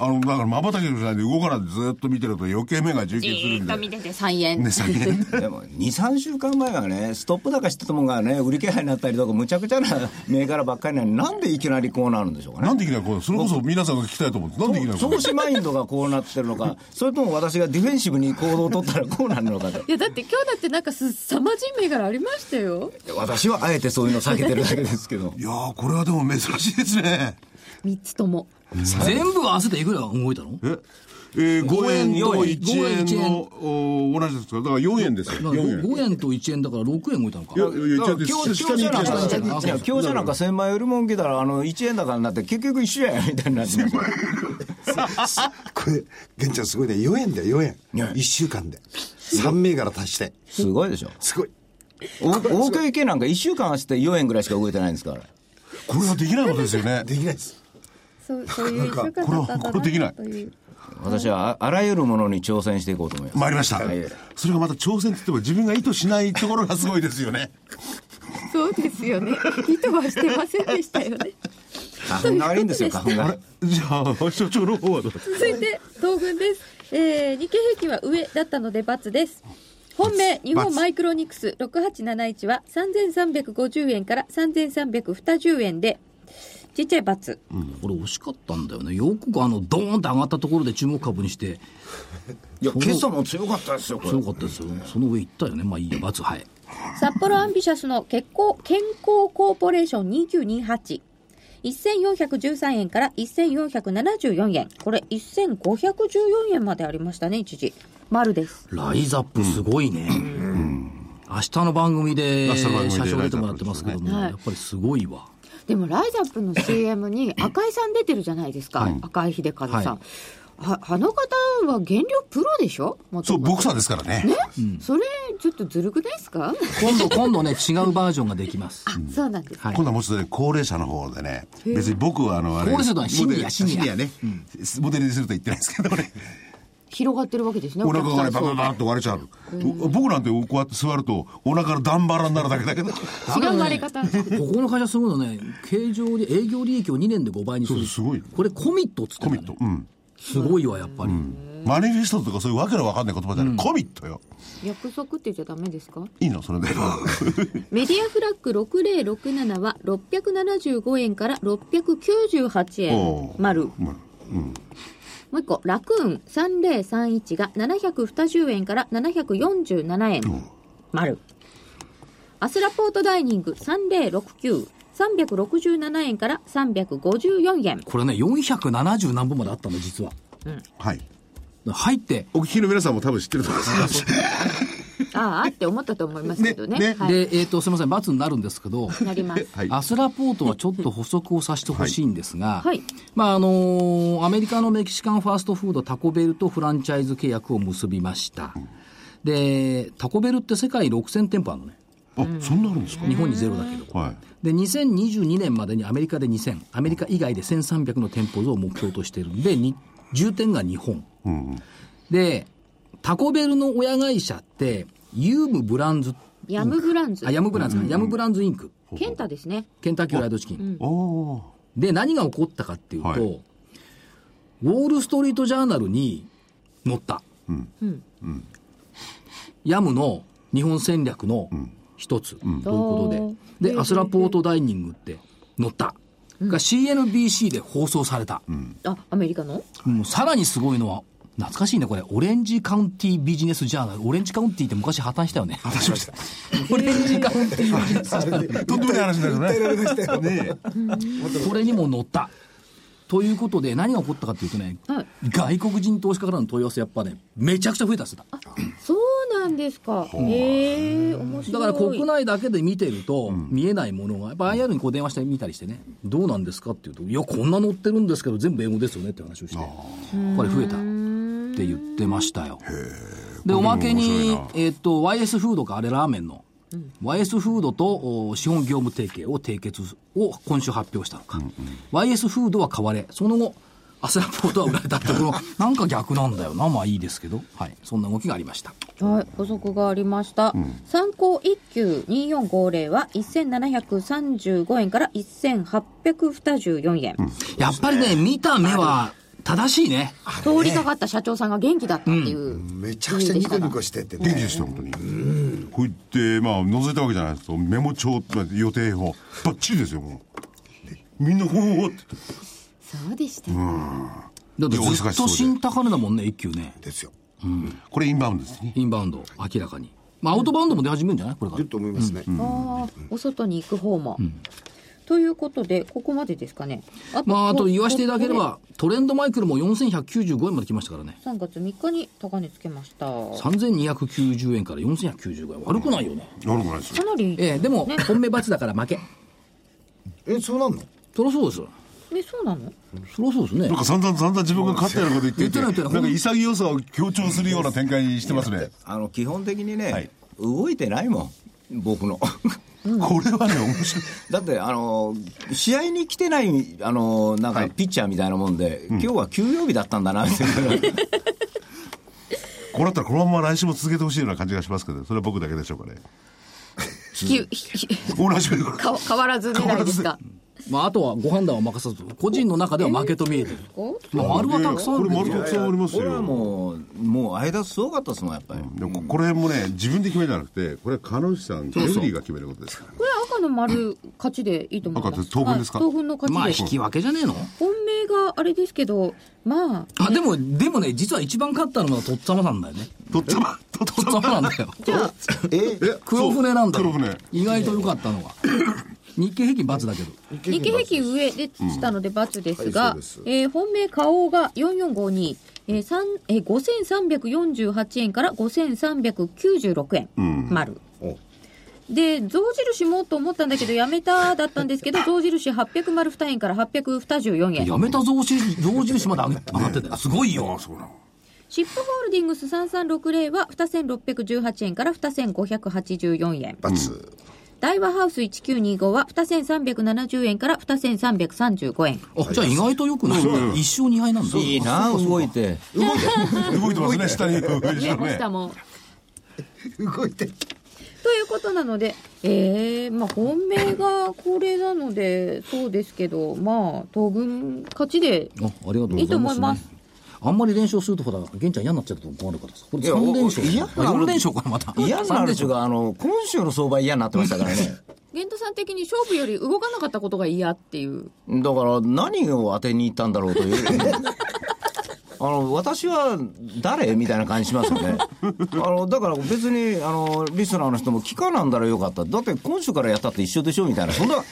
Speaker 7: あの、だから瞬きのないで動かないでずっと見てると余計目が充
Speaker 4: じ
Speaker 7: 血する
Speaker 4: ー
Speaker 7: ん
Speaker 4: っ
Speaker 7: で。
Speaker 4: と見てて3円、
Speaker 7: ね、先 に。
Speaker 5: でも23週間前はねストップ高してたもんがね売り気配になったりとかむちゃくち ゃな銘柄ばっかりなのになんでいきなりこうなるんでしょうか
Speaker 7: な
Speaker 5: ね
Speaker 7: んでいきなりこう、それこそ皆さんが聞きたいと思って、なんでいきなりこう
Speaker 5: 投。資マインドがこうなってるのかそれとも私がディフェンシブに行動を取ったらこうなるのかと
Speaker 4: いやだって今日だってなんかすさまじい銘柄ありましたよ
Speaker 5: 私はあえてそういうの避けてるだけですけど
Speaker 7: いやー、これはでも珍しいですね。
Speaker 4: 3つとも
Speaker 1: 全部合わせていくら動いたの
Speaker 7: ええー、5円と
Speaker 1: 5
Speaker 7: 1円のお同じですから、だから4円ですよ、4円。
Speaker 1: 5円と1円だから6円動いたのか
Speaker 7: い。や、いや、
Speaker 5: だ
Speaker 7: 一
Speaker 5: から
Speaker 7: 応です下
Speaker 5: 強強
Speaker 7: に
Speaker 5: 者
Speaker 7: 行
Speaker 5: なん
Speaker 7: き
Speaker 5: か
Speaker 7: ましたね
Speaker 1: あ
Speaker 5: いや強者なんか1000万よりもんけたらあの1円だからなって結局一緒やみたいになってました
Speaker 6: これ、玄ちゃんすごいね。4円だよ、4円。
Speaker 5: ね
Speaker 6: 1週間で。3銘柄足して。
Speaker 5: すごいでしょ
Speaker 6: すごい。
Speaker 5: お大食い系なんか1週間走って4円ぐらいしか動いてないんですから
Speaker 7: これはできないことですよね。
Speaker 6: できないです。
Speaker 4: そうそういう
Speaker 6: なん
Speaker 7: これは、これできない。
Speaker 5: 私はああらゆるものに挑戦していこうと思います
Speaker 7: 参りました。それがまた挑戦って言っても自分が意図しないところがすごいですよね。
Speaker 4: そうですよね 意図はしてませんでしたよね
Speaker 5: 花粉が悪いんですよ、花粉が。
Speaker 7: じゃあ、所長の方はど う
Speaker 4: 続いて東軍です、えー、日経平均は上だったので×です本命日本マイクロニクス6871は3350円から3320円でちっちゃい×
Speaker 1: これ惜しかったんだよね。よくあの、ドーンと上がったところで注目株にして、
Speaker 5: いや、今朝も強かったですよ、これ
Speaker 1: 強。かったですよ。その上行ったよね。まあいいや、罰、はい。
Speaker 4: 札幌アンビシャスの健康健康コーポレーション2928。1413円から1474円。これ1514円までありましたね、一時。丸です。
Speaker 1: ライザップすごいね。明日の番組で、
Speaker 7: 明日
Speaker 1: 社
Speaker 7: の番組で
Speaker 1: 長出てもらってますけども、
Speaker 4: ライ
Speaker 1: や
Speaker 4: ザップですね
Speaker 1: っぱりすごいわ。
Speaker 8: でもライザップの CM に赤井さん出てるじゃないですか、赤井秀和さん、
Speaker 1: は
Speaker 8: はあの方は減量プロでしょ元
Speaker 7: そう、
Speaker 8: 々
Speaker 7: ボクサーですからね。
Speaker 8: それちょっとずるくないですか
Speaker 1: 今度、今度ね、違うバージョンができ ます。
Speaker 8: そうなんです
Speaker 1: はい
Speaker 7: 今度はもうちょっとね、高齢者の方でね、別に僕はあの、あ
Speaker 1: 高
Speaker 7: れ、
Speaker 1: 齢者とはシニア
Speaker 7: モデル
Speaker 1: シニア
Speaker 7: ね、モデルにすると言ってないですけどね。
Speaker 4: 広がってるわけですね。
Speaker 7: お腹がね、バ
Speaker 4: お
Speaker 7: バ
Speaker 4: 客
Speaker 7: ババッと割れちゃう。僕なんてこうやって座ると、お腹が段バラになるだけだけど。
Speaker 4: さんそう違う割れ方。
Speaker 1: ここの会社すごいのね、経常で営業利益を2年で5倍にす
Speaker 7: そう
Speaker 1: る。
Speaker 7: すごい
Speaker 1: これコミットっつって
Speaker 7: コ
Speaker 1: んだ
Speaker 7: ミ
Speaker 1: ね
Speaker 7: ット。うん。
Speaker 1: すごいわ、やっぱり。
Speaker 7: マニフェストとかそういうわけのわかんない言葉じゃない。コミットよ。
Speaker 4: 約束って言っちゃダメですか
Speaker 7: いいのそれで。
Speaker 4: メディアフラッグ6067は675円から698円
Speaker 7: おー
Speaker 4: 丸。もう一個、ラクーン3031が720円から747円丸。アスラポートダイニング3069。367円から354円。
Speaker 1: これね、470何本まであったの、実は。
Speaker 7: はい。
Speaker 1: 入って、
Speaker 7: お聞きの皆さんも多分知ってると思います。
Speaker 4: ああって思ったと思いますけどね。
Speaker 7: ねね
Speaker 4: はい、
Speaker 1: で、えっ、と、すみません、罰になるんですけど、
Speaker 4: なります。
Speaker 7: はい。
Speaker 1: アスラポートはちょっと補足をさせてほしいんですが、
Speaker 4: はいはい
Speaker 1: まああのーアメリカのメキシカンファーストフードタコベルとフランチャイズ契約を結びました。で、タコベルって世界6000店舗あるのね。
Speaker 7: あ、そんなあるんですか
Speaker 1: 日本にゼロだけど。
Speaker 7: はい。
Speaker 1: で、2022年までにアメリカで2000、アメリカ以外で1300の店舗を目標としてるんで、に重点が日本。
Speaker 7: うん。
Speaker 1: で、タコベルの親会社って、ユームブランズ、
Speaker 4: ヤムブランズ
Speaker 1: あ、。ヤムブランズか、ヤムブランズインク、
Speaker 4: ケンタですね。
Speaker 1: ケンタッキーフライドチキン。
Speaker 7: おー。
Speaker 1: で、何が起こったかっていうと、
Speaker 7: はい
Speaker 1: ウォール・ストリート・ジャーナルに載った。ヤムの日本戦略の一つ、ということで。で、アスラポートダイニングって載った。が CNBC で放送された。
Speaker 4: あ、アメリカの
Speaker 1: もうさらにすごいのは、懐かしいね、これ。オレンジカウンティビジネスジャーナル。オレンジカウンティって昔破綻したよね。破綻しました。 オレンジカウンティビジネスジャーナル。
Speaker 7: とんでもない話になるよね。ねえ
Speaker 1: これにも乗った。ということで、何が起こったかというとね、
Speaker 4: はい
Speaker 1: 外国人投資家からの問い合わせ、やっぱね、めちゃくちゃ増えたんですよ
Speaker 4: そうなんですか。へえ、面白
Speaker 1: だ
Speaker 4: い。
Speaker 1: から国内だけで見てると、見えないものが、やっぱ IR にこう電話してみたりしてね、どうなんですかっていうと、いや、こんな載ってるんですけど、全部英語ですよねって話をして、これ増えたって言ってましたよ。で、おまけに、えっと、YS フードか、あれラーメンの、YS フードとお資本業務提携を締結を今週発表したのか、YS フードは買われ、その後、アスラポートは売られたってころ、なんか逆なんだよな、まあいいですけど、はい、そんな動きがありました。
Speaker 4: はい、補足がありました。参考一級2450は1735円から1824円。
Speaker 1: やっぱりね、見た目は正しいね。
Speaker 4: 通りかかった社長さんが元気だったっていう。
Speaker 6: めちゃくちゃニコニコしてて
Speaker 7: 元気
Speaker 6: ね
Speaker 7: でした、本当に。こう言って、まあ、覗いたわけじゃないですけど、メモ帳、予定表、ばっちりですよ、もう。みんな、ほうほうって。
Speaker 4: そうでした。
Speaker 1: だって
Speaker 7: いやお忙し
Speaker 1: ず
Speaker 7: そう
Speaker 1: っ
Speaker 7: で
Speaker 1: と新高値だもんね、一級ね。
Speaker 6: ですよ
Speaker 7: これインバウンドですね。
Speaker 1: インバウンド、明らかに。まあ、アウトバウンドも出始めるんじゃないこれか
Speaker 6: 出
Speaker 1: ら
Speaker 6: る。と思いますね、
Speaker 4: ああ、お外に行く方も。ということで、ここまでですかね。あ
Speaker 1: まあ、あと言わせ
Speaker 4: して
Speaker 1: いただけれ。ば、トレンドマイクロも4195円まで来ましたからね。
Speaker 4: 3月3日に高値つけました。か
Speaker 1: 3290円から4195円。悪くないよね。
Speaker 7: 悪くないですよ。
Speaker 4: なり、
Speaker 1: ええ、でも、
Speaker 4: ね
Speaker 1: 本命罰だから負け。
Speaker 6: えそうなんの
Speaker 1: そりゃそうですよ。
Speaker 4: え、そうなの
Speaker 1: そりゃそうですね
Speaker 7: なん。か散々散々自分が勝ったようなこと言っていて、
Speaker 1: 言
Speaker 7: な
Speaker 1: ってない言ってない
Speaker 7: んか潔さを強調するような展開にしてますね。
Speaker 5: あの基本的にね、
Speaker 7: はい
Speaker 5: 動いてないもん、僕の。
Speaker 7: これはね、面白い。
Speaker 5: だってあの、試合に来てないあのなん
Speaker 7: は
Speaker 5: か
Speaker 7: い
Speaker 5: ピッチャーみたいなもんで、今日は休養日だったんだなみたい な、
Speaker 7: こうなったらこのまま来週も続けてほしいような感じがしますけど、それは僕だけでしょうかね。
Speaker 4: 引き、引き、
Speaker 7: 同じくこれ
Speaker 4: か変わらず狙いですか。
Speaker 1: まあ、あとはご判断を任さず、個人の中では負けと見えてる。
Speaker 4: お
Speaker 1: まあ、丸はたくさんあ
Speaker 7: こ
Speaker 1: る
Speaker 7: れ
Speaker 1: けど
Speaker 7: 丸たくさんあります
Speaker 5: これは
Speaker 7: よ。
Speaker 5: もう、もう間すごかったですもん、やっぱり。
Speaker 7: でもここれもね、自分で決めるんじゃなくて、これは彼女さん、レフリーが決めることですから。
Speaker 4: これ赤の丸勝ちでいいと思います。
Speaker 7: 赤って当分ですか
Speaker 4: はい当分の勝
Speaker 1: まあ、
Speaker 4: ち
Speaker 1: 引
Speaker 4: で。
Speaker 1: き分けじゃねえの
Speaker 4: 本命があれですけど、まあ、
Speaker 1: あ、でも、でもね、実は一番勝ったのはとっつぁまなんだよね。
Speaker 7: とっつま、とっ
Speaker 1: とっつぁまなんだよ。
Speaker 6: え
Speaker 7: え
Speaker 1: 黒船なんだ
Speaker 7: そ
Speaker 1: よ
Speaker 7: う黒船。
Speaker 1: 意外と良かった のは日経平均×だけど
Speaker 4: 日経平均上でしたので×です
Speaker 6: は
Speaker 4: が、
Speaker 6: いそう
Speaker 4: えー本命花王が4452、えー三えー、5348円から5396円、丸。
Speaker 6: お
Speaker 4: で、象印もと思ったんだけど、やめただったんですけ ど、象印800丸2円から824円。
Speaker 1: やめた増資増印まで 上げ上がってたよすごいよ
Speaker 4: シップホールディングス3360は2618円から2584円。
Speaker 6: 罰、
Speaker 4: 大和ハウス1925は2370円から2335円。
Speaker 1: あ、じゃあ意外と良くない。一生二敗なんだ。
Speaker 5: いいな動いて
Speaker 7: 動いてますね、下に。
Speaker 4: ね、星下も。
Speaker 6: 動いて
Speaker 4: ということなので、ええまあ本命がこれなので、そうですけど、まあ当分勝ちで
Speaker 1: あ、ありがとうございます、ね。
Speaker 4: いいと思います
Speaker 1: あんまり連勝するとほら、玄ちゃん嫌になっちゃうと困るからさ。これ
Speaker 5: いや
Speaker 1: 3連勝。
Speaker 5: お
Speaker 1: あ
Speaker 5: 嫌になる
Speaker 1: 4連勝かな、また。
Speaker 5: 嫌になる人
Speaker 1: 三連勝
Speaker 5: があの今週の相場嫌になってましたからね
Speaker 4: 源太さん的に勝負より動かなかったことが嫌っていう。
Speaker 5: だから何を当てに行ったんだろうという あの私は誰みたいな感じしますよね あのだから別にあのリスナーの人も聞かなんだらよかっただって今週からやったって一緒でしょみたいなそんな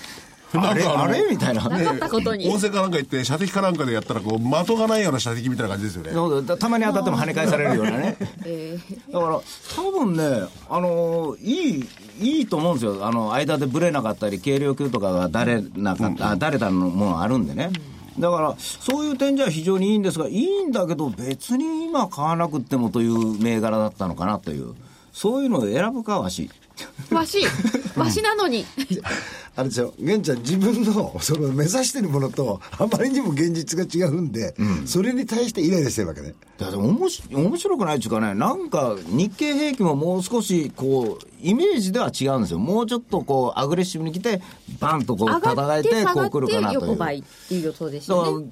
Speaker 5: あれ
Speaker 7: なんか
Speaker 5: あ
Speaker 7: あの
Speaker 5: れみたいな
Speaker 4: なかったことに。
Speaker 7: 大勢かなんか行って、射的かなんかでやったら、こう、的がないような射的みたいな感じですよね。
Speaker 5: そうだたまに当たっても跳ね返されるようなね
Speaker 4: え
Speaker 5: だから多分ねあのいいいいと思うんですよあの間でブレなかったり軽量級とかが誰なかった、あ誰たのものあるんでね、だからそういう点じゃ非常にいいんですがいいんだけど別に今買わなくってもという銘柄だったのかなというそういうのを選ぶかわし
Speaker 4: ーわし、わしなのに。
Speaker 6: あれですよ玄ちゃん自分のその目指してるものとあまりにも現実が違うんで、それに対してイライラしてるわけね
Speaker 5: だっておもし面白くないっていうかねなんか日経平均ももう少しこうイメージでは違うんですよもうちょっとこうアグレッシブに来てバンとこう
Speaker 4: 上が
Speaker 5: 叩
Speaker 4: っ
Speaker 5: い
Speaker 4: て
Speaker 5: て
Speaker 4: 下
Speaker 5: こ
Speaker 4: が
Speaker 5: う来るか
Speaker 4: っ
Speaker 5: な
Speaker 4: て
Speaker 5: とい
Speaker 4: 横
Speaker 5: う。
Speaker 4: ばいっていう予想でした
Speaker 5: だから
Speaker 4: ね。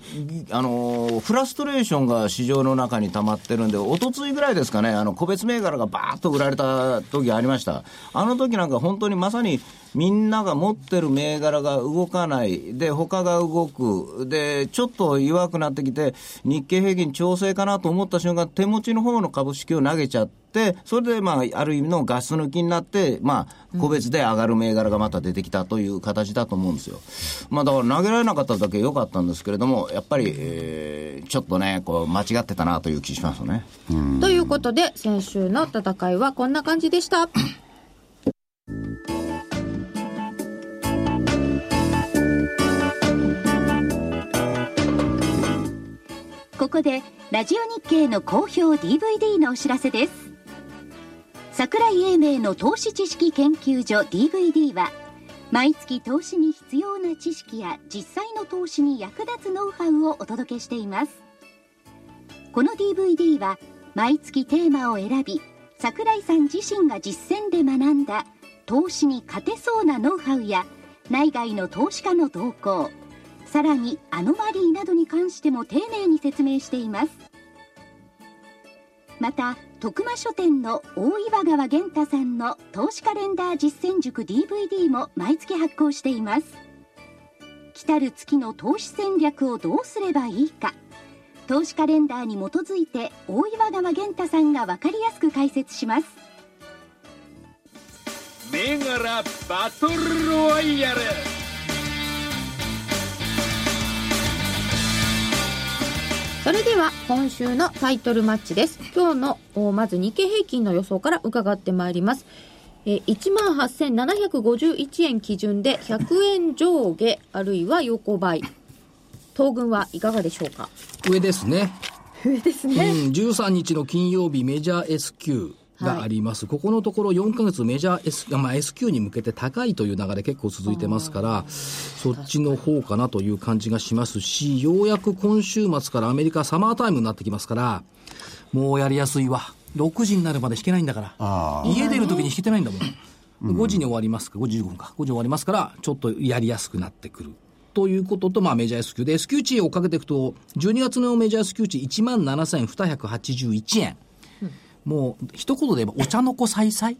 Speaker 5: あのーフラストレーションが市場の中に溜まってるんで、一昨日ぐらいですかね、あの個別銘柄がバーッと売られた時がありました、あの時なんか本当にまさにみんなが持ってる銘柄が動かない、で他が動く、でちょっと弱くなってきて、日経平均調整かなと思った瞬間、手持ちの方の株式を投げちゃって。それで、まあ、ある意味のガス抜きになって、まあ、個別で上がる銘柄がまた出てきたという形だと思うんですよ。まあ、だから投げられなかっただけ良かったんですけれども、やっぱり、えーちょっとね、こう、間違ってたなという気しますよね。
Speaker 4: ということで、先週の戦いはこんな感じでした。
Speaker 2: ここでラジオ日経の好評 DVD のお知らせです桜井英明の投資知識研究所 DVD は毎月投資に必要な知識や実際の投資に役立つノウハウをお届けしていますこの DVD は毎月テーマを選び桜井さん自身が実践で学んだ投資に勝てそうなノウハウや内外の投資家の動向さらにアノマリーなどに関しても丁寧に説明していますまた徳間書店の大岩川源太さんの投資カレンダー実践塾 DVD も毎月発行しています来たる月の投資戦略をどうすればいいか投資カレンダーに基づいて大岩川源太さんが分かりやすく解説します
Speaker 3: 銘柄バトルロワイヤル
Speaker 4: それでは今週のタイトルマッチです。今日のおまず日経平均の予想から伺ってまいります。えー、18,751円基準で100円上下あるいは横ばい。東軍はいかがでしょうか
Speaker 1: 上ですね。上ですね。うん、13日の金曜日、メジャー S q があります、ここのところ4ヶ月メジャー S、あまあ、S q に向けて高いという流れ結構続いてますから、そっちの方かなという感じがしますし、ようやく今週末からアメリカサマータイムになってきますから、もうやりやすいわ。6時になるまで引けないんだから。家出る時に引けてないんだもん。5時に終わりますか、5時15分か、5時終わりますから、ちょっとやりやすくなってくる。ということと、まあメジャー S q で、S q 値をかけていくと、12月のメジャー S q 値17,281円。もう、一言で言えば、お茶の子さいさい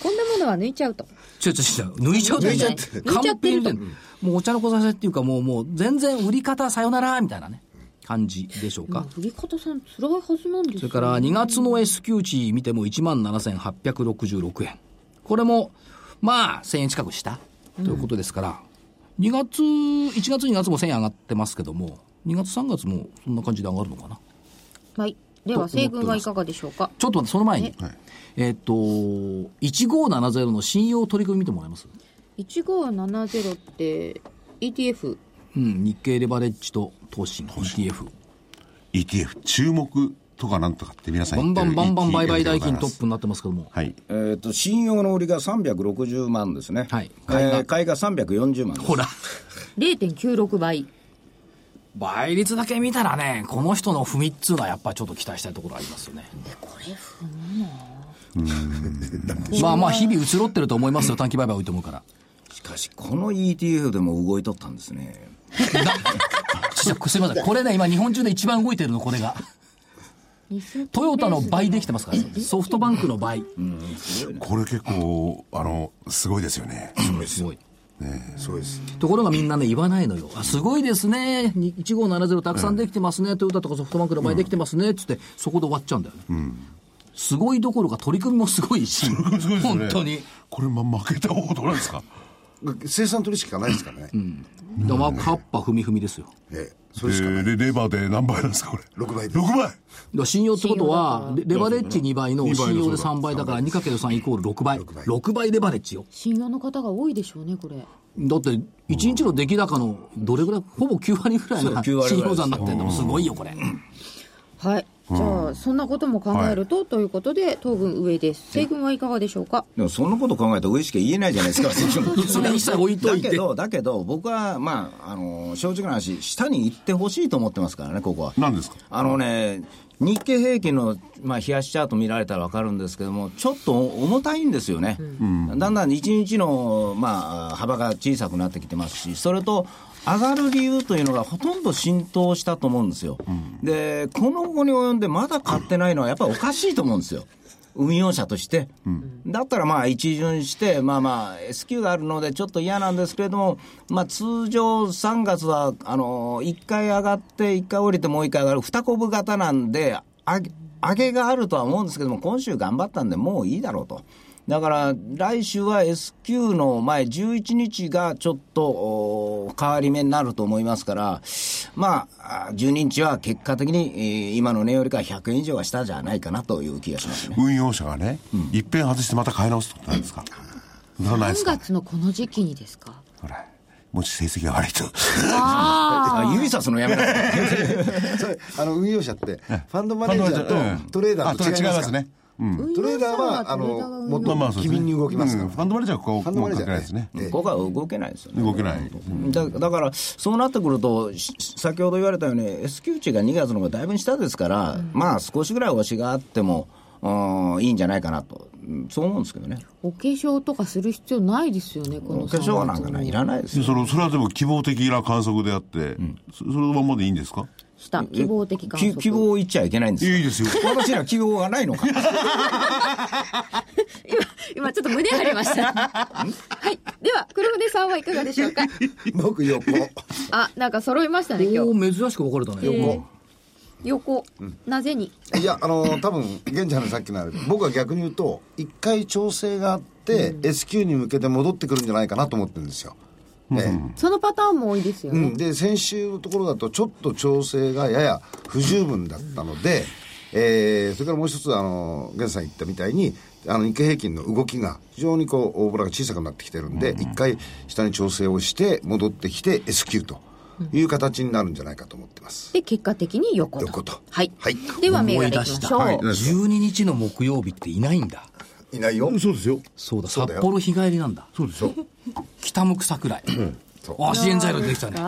Speaker 4: こんなものは抜いちゃうと。
Speaker 1: ちょちょちょ、抜いちゃうと
Speaker 4: 抜いちゃって抜いちゃってると
Speaker 1: 完璧にもうお茶の子さいさいっていうか、もう、もう、全然売り方さよなら、みたいなね、感じでしょうか。
Speaker 4: 振り方さん辛いはずなんです
Speaker 1: それ
Speaker 4: よ
Speaker 1: から2月の S q 値見ても17,866円。これも、まあ、1000円近くしたということですから、2月、1月2月も1000円上がってますけども、2月3月もそんな感じで上がるのかな。
Speaker 4: はい。では西軍はいかがでしょうか
Speaker 1: ちょっと待って、その前に、えっと、1570の信用取り組み見てもらえます
Speaker 4: ?1570 って ETF。
Speaker 1: うん、日経レバレッジと投信、ETF。
Speaker 7: ETF、注目とかなんとかって皆さん
Speaker 1: バ
Speaker 7: 言
Speaker 1: ン
Speaker 7: って
Speaker 1: バン
Speaker 7: る
Speaker 1: バンバン
Speaker 7: い
Speaker 1: 売
Speaker 7: い
Speaker 1: 買
Speaker 7: いい
Speaker 1: 代
Speaker 7: でござい
Speaker 1: 金
Speaker 7: ます
Speaker 1: トップになってますけども。
Speaker 7: はい。
Speaker 5: えー、と信用の売りが360万ですね、
Speaker 1: はい
Speaker 5: えー買いが340万です
Speaker 1: ほら、
Speaker 8: 0.96倍。
Speaker 1: 倍率だけ見たらね、この人の踏みっつうのはやっぱりちょっと期待したいところありますよね。まあまあ、日々移ろってると思いますよ、短期売買多いと思うから。
Speaker 5: しかしこの ETF でも動いとったんですね
Speaker 1: ちょっとすみません。これね、今日本中で一番動いてるの、これが。トヨタの倍できてますから、ね、ソフトバンクの倍。
Speaker 7: これ結構、あの、すごいですよね。
Speaker 1: すごい。
Speaker 6: そうです。
Speaker 1: ところがみんなね、言わないのよ。あ、すごいですね。に1570たくさんできてますね。トヨタとかソフトバンクの倍できてますね。つって、そこで終わっちゃうんだよね。すごいどころか取り組みもすごいし。
Speaker 7: すごいですよね
Speaker 1: 本当に。
Speaker 7: これ、ま、負けた方どうなんですか
Speaker 6: 生産取引しかないですからね。
Speaker 1: だからまあ、カッパ踏み踏みですよ。
Speaker 6: ええ、そ
Speaker 7: で
Speaker 6: れしかない。
Speaker 7: レレバーで何倍なんですかこれ。
Speaker 6: 6倍です
Speaker 7: 6倍
Speaker 1: だから信用ってことは、レレバレッジ2倍の信用で3倍だから 2×3 イコール6倍。6倍レバレッジよ。
Speaker 8: 信用の方が多いでしょうね、これ。
Speaker 1: だって、1日の出来高のどれぐらい、ほぼ9割ぐらいが
Speaker 5: そう9割ぐらいです
Speaker 1: 信用算になってるのもすごいよ、これ。
Speaker 4: はい。じゃあ、そんなことも考えると、ということで、当分上です。西軍はいかがでしょうか
Speaker 5: でもそんなこと考えたら上しか言えないじゃない ですか
Speaker 1: それ一切置いと
Speaker 5: だ
Speaker 1: いて
Speaker 5: け。どだけど僕はまああの正直な話下に行ってほしいと思ってますからねここは
Speaker 7: 何ですか
Speaker 5: あのね日経平均の、まあ、冷やしチャート見られたら分かるんですけども、ちょっと重たいんですよね、だんだん1日の、まあ、幅が小さくなってきてますし、それと上がる理由というのがほとんど浸透したと思うんですよ、でこの後に及んで、まだ買ってないのは、やっぱりおかしいと思うんですよ。運用者として、だったらまあ一巡して、まあまあ、S q があるので、ちょっと嫌なんですけれども、まあ、通常、3月はあの1回上がって、1回降りて、もう1回上がる、2コブ型なんで、上げ上げがあるとは思うんですけども、今週頑張ったんで、もういいだろうと。だから来週は S q の前、11日がちょっとお変わり目になると思いますから、まあ、あ12日は結果的に、えー今の値よりか100円以上は下じゃないかなという気がしますね。
Speaker 7: 運用者がね、一遍外してまた買い直すってことなんですかそんなないです
Speaker 8: 3
Speaker 7: か
Speaker 8: 月のこの時期にですか。
Speaker 7: ほら。もし成績が悪いと。
Speaker 5: あ指さすのやめなさい。
Speaker 6: それあの運用者って、ファンドマネージャ
Speaker 7: え
Speaker 6: ー
Speaker 7: え
Speaker 6: とトレーダーと違い
Speaker 7: あ
Speaker 6: ま
Speaker 7: 違いますす
Speaker 6: か
Speaker 7: ね。うん。
Speaker 6: トレーダーは、あの、もっ
Speaker 7: まあまあ
Speaker 6: と
Speaker 7: そうで
Speaker 6: 機
Speaker 7: すね
Speaker 6: 敏に動きます
Speaker 7: う
Speaker 6: か
Speaker 7: ん
Speaker 6: ら
Speaker 7: ファンドマネージャーはこ
Speaker 6: フ
Speaker 7: こ
Speaker 6: ァンドマ
Speaker 7: もう
Speaker 6: ネ
Speaker 7: 関係
Speaker 6: ージャー
Speaker 7: ないですね。
Speaker 5: ここが動けないですよね。
Speaker 7: 動けない。
Speaker 5: だだから、そうなってくると、し先ほど言われたように、S q 値が2月の方がだいぶ下ですから、まあ少しぐらい押しがあっても、うんいいんじゃないかなと、うんそう思うんですけどね、
Speaker 8: お化粧とかする必要ないですよね、こ
Speaker 5: お
Speaker 8: の
Speaker 5: 化粧なんかね、いらないです
Speaker 7: で
Speaker 5: よ、
Speaker 7: そのそれはでも希望的な観測であって、そそのままでいいんですか
Speaker 8: 下、希望的観
Speaker 5: き
Speaker 8: 測。
Speaker 5: 希 望を言っちゃいけないんですよ
Speaker 7: いいですよ
Speaker 5: 私ら希望がない のか、
Speaker 8: 今ちょっと胸張りました。はい。では、黒船さんはいかがでしょうか。
Speaker 6: 僕横。
Speaker 4: あ、なんか揃いましたね、今
Speaker 1: お
Speaker 4: 日。
Speaker 1: お珍しく分かれたね。
Speaker 4: 横。なぜに
Speaker 6: いや、あの、多分、現地のさっきのあれ、僕は逆に言うと、一回調整があって、S q に向けて戻ってくるんじゃないかなと思ってるんですよ。ええ
Speaker 4: そのパターンも多いですよ
Speaker 6: う
Speaker 4: ね。
Speaker 6: ん、で先週のところだとちょっと調整がやや不十分だったので、えーそれからもう一つあの源さん言ったみたいにあの日経平均の動きが非常にこう大ボラが小さくなってきてるんで、一回下に調整をして戻ってきて S q という形になるんじゃないかと思ってます。
Speaker 4: で、結果的に横と。
Speaker 6: 横と
Speaker 4: はい。
Speaker 6: はい
Speaker 4: では、銘
Speaker 1: 思
Speaker 4: 柄
Speaker 1: い
Speaker 4: いき
Speaker 1: 出
Speaker 4: ま
Speaker 1: し。
Speaker 4: したょう。
Speaker 1: 12日の木曜日っていないんだ。
Speaker 6: いないよ。
Speaker 7: そうですよ。
Speaker 1: そうだ、
Speaker 6: そうだ
Speaker 1: 札
Speaker 6: よ
Speaker 1: 幌日帰りなんだ。
Speaker 7: そうですよ。
Speaker 1: 北向く桜井。
Speaker 6: そう
Speaker 1: あ、支援材料出てきたね。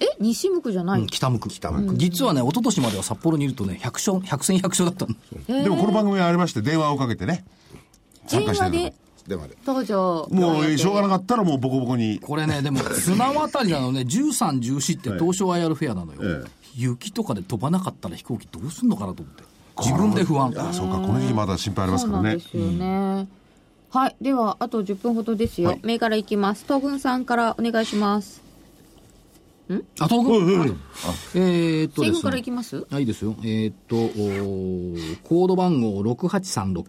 Speaker 4: え、西向くじゃない、
Speaker 1: うん北向く。実はね、一昨年までは札幌にいるとね、100勝、100戦100勝だったの。
Speaker 7: でもこの番組はありまして、電話をかけてね、参
Speaker 4: 電
Speaker 7: 加して
Speaker 4: 話
Speaker 7: る
Speaker 4: で
Speaker 6: でまで
Speaker 4: 登場。
Speaker 7: もうしょうがなかったらもうボコボコに。
Speaker 1: これね、でも、綱渡りなのね、13、14って東証 IR フェアなのよ
Speaker 7: ええ。
Speaker 1: 雪とかで飛ばなかったら飛行機どうすんのかなと思って。自分で不安。
Speaker 7: あ、そうか、この時期まだ心配あります
Speaker 4: そう
Speaker 7: か
Speaker 4: な
Speaker 7: ら
Speaker 4: ん
Speaker 7: ね
Speaker 4: で。すよね。はい。では、あと10分ほどですよ。銘柄いきます。東軍さんからお願いします。
Speaker 1: あ、東京えーっと
Speaker 4: 西
Speaker 1: で
Speaker 4: 軍
Speaker 1: す
Speaker 4: からい
Speaker 1: ね。
Speaker 4: きます
Speaker 1: あ、いいですよ。えーっと、おーコード番号6836。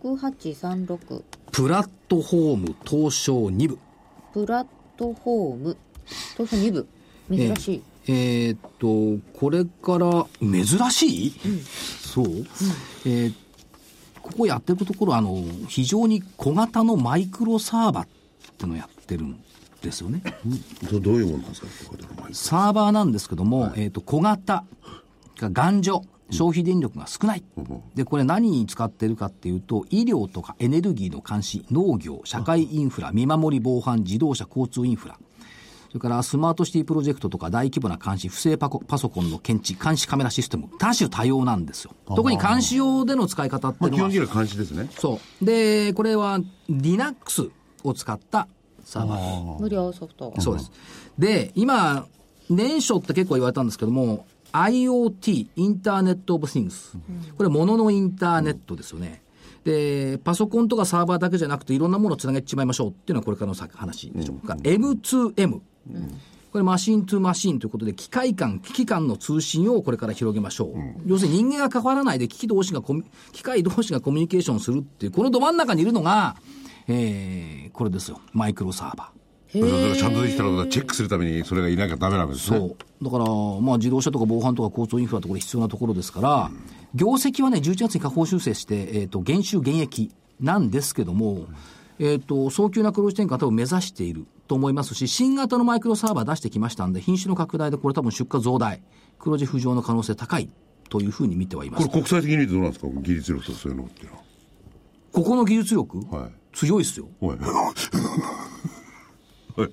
Speaker 4: ?6836。
Speaker 1: プラットフォーム東証2部。
Speaker 4: プラットフォーム。東証2部。珍しい。
Speaker 1: えーっと、これから、珍しい、そう、えーここやってるところ、あの、非常に小型のマイクロサーバーってのをやってるんですよね。
Speaker 7: どどういうものなんですか、ここでお前
Speaker 1: サーバーなんですけども、えーっと、小型、頑丈、消費電力が少ない。で、これ何に使ってるかっていうと、医療とかエネルギーの監視、農業、社会インフラ、見守り防犯、自動車、交通インフラ。それからスマートシティプロジェクトとか大規模な監視、不正パコパソコンの検知、監視カメラシステム、多種多様なんですよ。特に監視用での使い方って
Speaker 7: ま
Speaker 1: い
Speaker 7: あ、
Speaker 1: う
Speaker 7: 基
Speaker 1: のは
Speaker 7: 本的には監視ですね。
Speaker 1: そう。で、これは Linux を使ったサーバーです。
Speaker 8: 無料ソフト。
Speaker 1: そうです。で、今、年初って結構言われたんですけども、IoT、インターネットオブシングス。これ、もののインターネットですよね。で、パソコンとかサーバーだけじゃなくて、いろんなものをつなげちまいましょうっていうのはこれからのさ話でしょうか。M2M。これマシントゥマシンということで、機械間、機器間の通信をこれから広げましょう。要するに人間が関わらないで、機器同士がコミュ、機械同士がコミュニケーションするっていう、このど真ん中にいるのが、えー、これですよ。マイクロサーバー。
Speaker 7: だからちゃんとできたらチェックするためにそれがいなきゃダメなんですね。
Speaker 1: そう。だから、まあ、自動車とか防犯とか交通インフラとかこれ必要なところですから、業績はね、11月に下方修正して、えっ、と、減収減益なんですけども、えっ、と、早急な黒字転換は多分目指していると思いますし、新型のマイクロサーバー出してきましたんで、品種の拡大でこれ多分出荷増大、黒字浮上の可能性高いというふうに見てはいま
Speaker 7: こ
Speaker 1: す
Speaker 7: れ。国際的に見てどうなんですか技術力とそういうのっていうのは。
Speaker 1: ここの技術力、
Speaker 7: はい
Speaker 1: 強いですよ。
Speaker 7: おい。 はい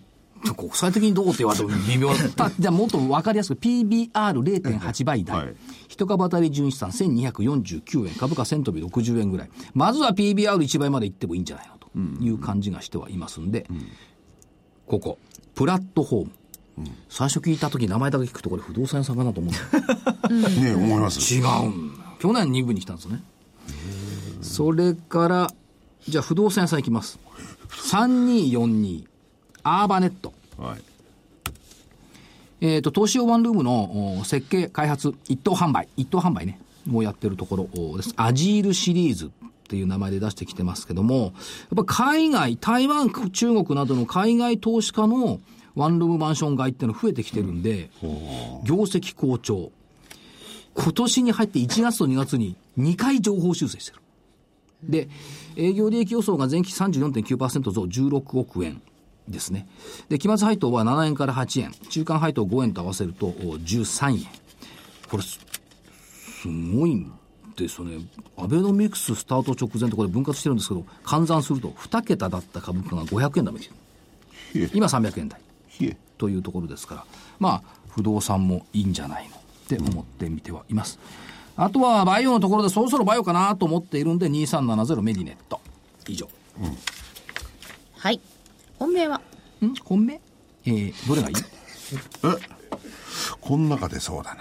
Speaker 1: 国際的にどうって言われても微妙だた じゃあもっと分かりやすく PBR0.8 倍台、
Speaker 7: はい
Speaker 1: 一株当たり純資産1249円株価1000飛び60円ぐらいまずは PBR1 倍までいってもいいんじゃないのという感じがしてはいますんで、ここプラットフォーム、最初聞いた時名前だけ聞くとこれ不動産屋さんかなと思うんだよ
Speaker 7: ねえ思います。
Speaker 1: 違うんだ去年2部に来たんですねそれからじゃあ不動産屋さんいきます3242アーバネット
Speaker 7: はい。
Speaker 1: えっ、と、東芝ワンルームのお設計、開発、一等販売、一等販売ね、もうやってるところおです。アジールシリーズっていう名前で出してきてますけども、やっぱ海外、台湾、中国などの海外投資家のワンルームマンション買いっていうの増えてきてるんで、業績好調。今年に入って1月と2月に2回情報修正してる。で、営業利益予想が前期34.9%増16億円ですね。で、期末配当は7円から8円、中間配当5円と合わせるとお13円。これす、すごいんですよね。アベノミクススタート直前とこれ分割してるんですけど、換算すると2桁だった株価が500円だめて
Speaker 7: いえ
Speaker 1: る。今300円台
Speaker 7: ひえ
Speaker 1: というところですから、まあ、不動産もいいんじゃないのって思ってみてはいます。あとは、バイオのところでそろそろバイオかなと思っているんで、2370メディネット。以上。
Speaker 8: はい。本命は
Speaker 1: ん本命えー、どれがいい
Speaker 7: この中でそうだ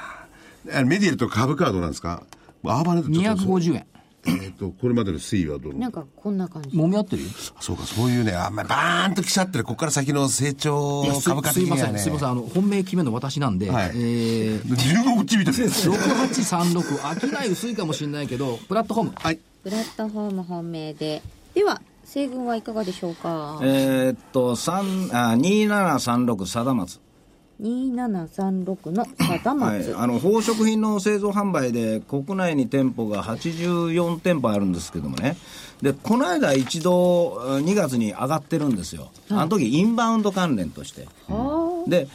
Speaker 7: な。あメディアと株価はどうなんですかアーバネットちょっと
Speaker 1: ?250 円。
Speaker 7: えっと、これまでの推移はどう
Speaker 8: なんかこんな感じ。
Speaker 1: 揉み合ってるよ。
Speaker 7: そうか、そういうね、あんまりバーンと来ちゃってる、ここから先の成長株価
Speaker 1: す
Speaker 7: 的
Speaker 1: い
Speaker 7: に
Speaker 1: ませ
Speaker 7: は
Speaker 1: ん、
Speaker 7: ね。
Speaker 1: すいません、あの、本命決めるの私なんで、
Speaker 7: はい
Speaker 1: えー、
Speaker 7: 十五口みたいな。
Speaker 1: 6836、商い薄いかもしれないけど、プラットフォーム。
Speaker 7: はい。
Speaker 8: プラットフォーム本命で。では、西軍はいかがでしょうか
Speaker 5: えーっと、三あ2736貞松。
Speaker 8: ?2736 の貞
Speaker 5: はい、
Speaker 8: 松。
Speaker 5: あの宝飾品の製造販売で国内に店舗が84店舗あるんですけどもねでこの間一度えー2月に上がってるんですよ、あの時インバウンド関連として、で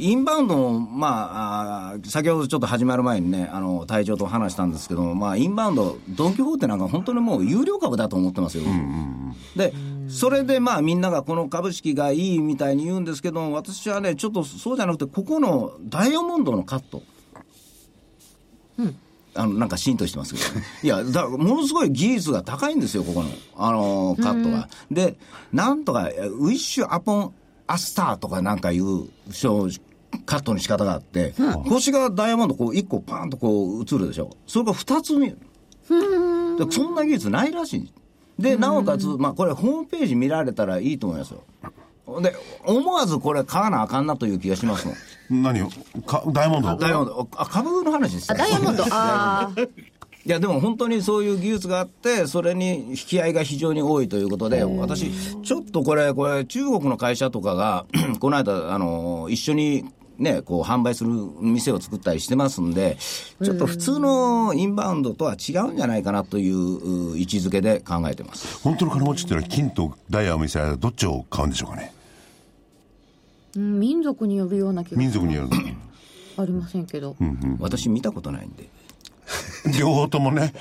Speaker 5: インバウンドも、まあ、あー先ほどちょっと始まる前にね、あの隊長と話したんですけども、まあ、インバウンド、ドン・キホーテなんか、本当にもう有料株だと思ってますよ、で、それでまあみんながこの株式がいいみたいに言うんですけど、私はね、ちょっとそうじゃなくて、ここのダイヤモンドのカット。あのなんかシーンとしてますけどね、 いや、だからものすごい技術が高いんですよ、ここの、あのーカットが。で、なんとか、えウィッシュ・アポン・アスターとかなんかいうそうカットの仕方があって、星がダイヤモンド、こう、1個パーンとこう映るでしょ、それが2つ見える。だからそんな技術ないらしいでなおかつ、まあ、これホームページ見られたらいいと思いますよで思わずこれ買わなあかんなという気がし ますもん
Speaker 7: 何をかダイヤモンド
Speaker 5: ダイヤモンドあ株の話です
Speaker 8: あ、
Speaker 5: ね
Speaker 8: ダイヤモンド。あー
Speaker 5: いやでも本当にそういう技術があってそれに引き合いが非常に多いということで私ちょっとこれこれ中国の会社とかが この間あの一緒にねこう販売する店を作ったりしてますんでちょっと普通のインバウンドとは違うんじゃないかなというう位置づけで考えてます
Speaker 7: 本当の金持ちっていうのは金とダイヤを見せられどっちを買うんでしょうかね
Speaker 8: うん民族によるような気が
Speaker 7: 民族によるの
Speaker 8: ありませんけど。
Speaker 5: 私見たことないんで
Speaker 7: 両方ともね。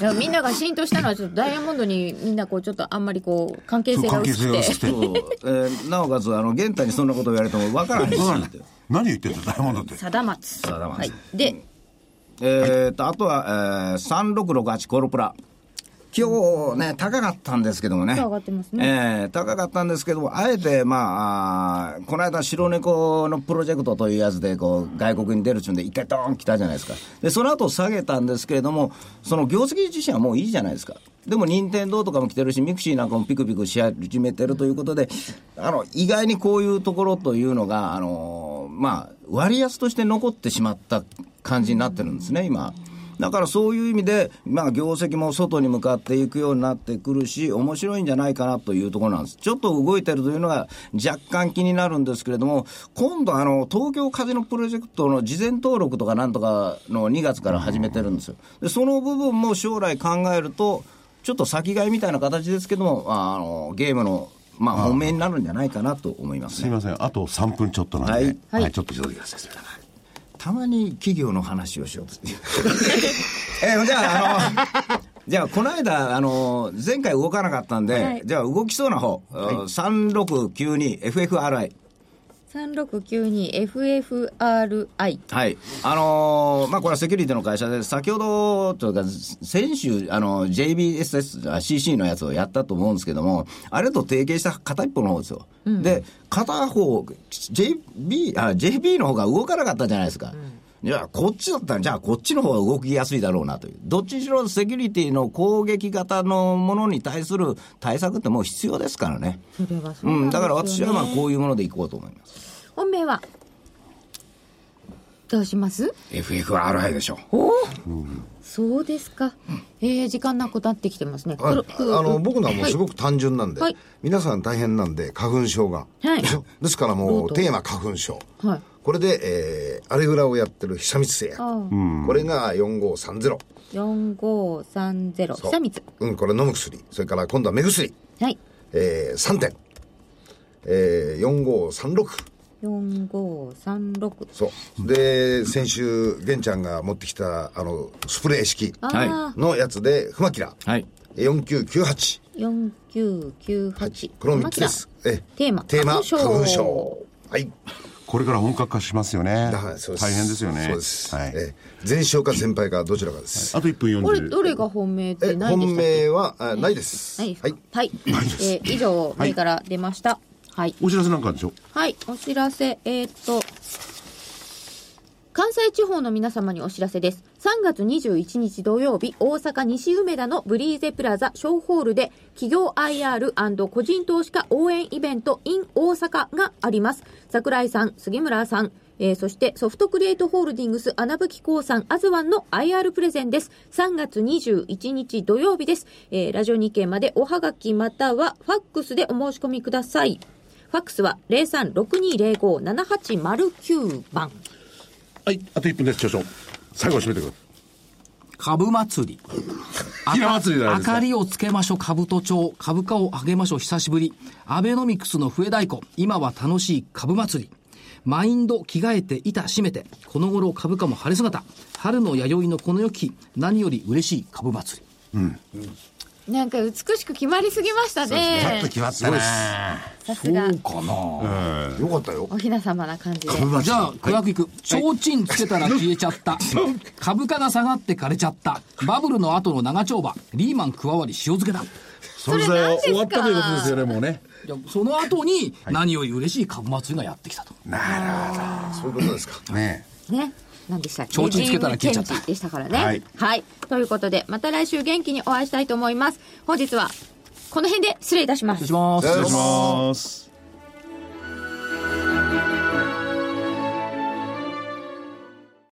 Speaker 4: いやみんなが浸透したのはちょっとダイヤモンドにみんなこうちょっとあんまりこう関係性が
Speaker 7: 関係
Speaker 4: 薄
Speaker 7: 性
Speaker 4: く
Speaker 7: が
Speaker 4: て
Speaker 7: 薄くて。
Speaker 5: そうえーなおかつ、あの、玄太にそんなこと言われても分からないし。
Speaker 7: 何言ってんだよ、ダイヤモンドって。
Speaker 4: 貞松
Speaker 5: 貞松
Speaker 4: はい、で
Speaker 5: えーと、あとは、えー、3668コルプラ。今日ね、高かったんですけどもね。
Speaker 4: 上がってますね。
Speaker 5: えー高かったんですけども、あえて、まあ、あーこの間、白猫のプロジェクトというやつで、こう、外国に出るっちゅうんで、一回ドーン来たじゃないですか。で、その後下げたんですけれども、その業績自身はもういいじゃないですか。でも、任天堂とかも来てるし、ミクシーなんかもピクピクし始めてるということで、あの、意外にこういうところというのが、あのーまあ、割安として残ってしまった感じになってるんですね、今。だからそういう意味で、まあ、業績も外に向かっていくようになってくるし、面白いんじゃないかなというところなんです。ちょっと動いてるというのが若干気になるんですけれども、今度あの、東京カジノプロジェクトの事前登録とかなんとかの2月から始めてるんですよ。で、その部分も将来考えると、ちょっと先買いみたいな形ですけども、ああのゲームの、まあ、本命になるんじゃないかなと思います
Speaker 7: すい
Speaker 5: ね。
Speaker 7: ません、あと3分ちょっとなんで。は
Speaker 5: はいい。
Speaker 4: はい
Speaker 7: ちょっと急いでください。
Speaker 5: たまに企業の話をしようと えじゃああのじゃあこの間あの前回動かなかったんで、
Speaker 4: はい
Speaker 5: じゃあ動きそうな方、3692 FFRI
Speaker 4: 3692FFRI
Speaker 5: はいあのーまあこれはセキュリティの会社で先ほどというか先週あの JBSSCC のやつをやったと思うんですけどもあれと提携した片一方の方ですよ、で片方 JB あ JB の方が動かなかったじゃないですか、じゃあこっちだったらじゃあこっちの方が動きやすいだろうなというどっちにしろセキュリティの攻撃型のものに対する対策ってもう必要ですからね
Speaker 4: それはそう
Speaker 5: う
Speaker 4: なんで
Speaker 5: ん
Speaker 4: す
Speaker 5: だ
Speaker 4: よ
Speaker 5: から私はまあこういうものでいこうと思います
Speaker 4: 本命はどうします
Speaker 5: FFRI でしょ
Speaker 4: おお、そうですか、えー、時間なくなってきてますね
Speaker 6: あ
Speaker 4: 黒
Speaker 6: あの僕のはもうすごく単純なんで、
Speaker 4: はい
Speaker 6: 皆さん大変なんで花粉症が、
Speaker 4: はい
Speaker 6: でしょ ですからも
Speaker 4: そう
Speaker 6: う
Speaker 4: そう
Speaker 6: テーマ花粉症
Speaker 4: はい
Speaker 6: これで、えー、アレグラをやってる久光製
Speaker 4: あ
Speaker 6: 薬
Speaker 4: ー
Speaker 6: これが4530
Speaker 4: 4530
Speaker 6: そ
Speaker 4: 久
Speaker 6: う
Speaker 4: 光
Speaker 6: うんこれ飲む薬それから今度は目薬、
Speaker 4: はい
Speaker 6: えー、3点、えー、4536
Speaker 4: 4536
Speaker 6: そうで先週玄ちゃんが持ってきたあのスプレー式
Speaker 4: あ
Speaker 5: はい
Speaker 4: あ、
Speaker 6: のやつでフマキラ
Speaker 5: はい
Speaker 6: 4998
Speaker 4: 4998
Speaker 6: この3つですえ
Speaker 4: テーマ
Speaker 6: テーマ
Speaker 4: 花粉症
Speaker 6: 花粉症はい
Speaker 7: これから本格化しますよね。
Speaker 6: だからそうです
Speaker 7: 大変ですよね。
Speaker 6: そうです、
Speaker 7: はい。
Speaker 6: ええ前哨か先輩かどちらかです、
Speaker 7: あと1分40。
Speaker 4: これどれが本命って
Speaker 6: え
Speaker 4: ないんで
Speaker 6: 本
Speaker 4: したっけ
Speaker 6: 命はあないです
Speaker 4: ないです
Speaker 6: は
Speaker 4: か
Speaker 6: い
Speaker 4: はい、えー、以上目から出ましたはい
Speaker 7: お知らせなんかあるでしょ
Speaker 4: はい、お知らせ、えーっと、関西地方の皆様にお知らせです。3月21日土曜日、大阪西梅田のブリーゼプラザ小ホールで、企業 IR& 個人投資家応援イベント in 大阪があります。桜井さん、杉村さん、えーそしてソフトクリエイトホールディングス穴吹興産アズワンの IR プレゼンです。3月21日土曜日です。えーラジオ日経までおはがきまたはファックスでお申し込みください。ファックスは0362057809番。
Speaker 7: はい。あと1分です、少々。最後締めてください。
Speaker 1: 株祭り。
Speaker 7: 平祭りじゃない
Speaker 1: 明
Speaker 7: ですか
Speaker 1: かりをつけましょう、株都庁。株価を上げましょう、久しぶり。アベノミクスの笛太鼓。今は楽しい株祭り。マインド、着替えて、板、締めて。この頃株価も晴れ姿。春の弥生のこの良き日、何より嬉しい株祭り。
Speaker 4: なんか美しく決まりすぎましたね。
Speaker 7: 決まったね。
Speaker 4: さすが、
Speaker 1: かな
Speaker 6: よかったよ
Speaker 4: おひな様な感じで。
Speaker 1: じゃあ、クラクイク。提灯つけたら消えちゃった。株価が下がって枯れちゃった。バブルの後の長丁場。リーマン加わり塩漬けだ。
Speaker 7: それで終わったということですよね、もうね。
Speaker 1: いやその後に、何より嬉しい株祭りがやってきたと。
Speaker 6: そういうことですか
Speaker 7: ね
Speaker 4: ね。何でしたっけ
Speaker 1: 提灯つけたら消えちゃった
Speaker 4: ジームチェンジでしたからね。
Speaker 7: は
Speaker 4: はいい、ということで、また来週元気にお会いしたいと思います。本日は、この辺で失礼いたします
Speaker 1: 失礼し。ます。
Speaker 7: え。失礼します。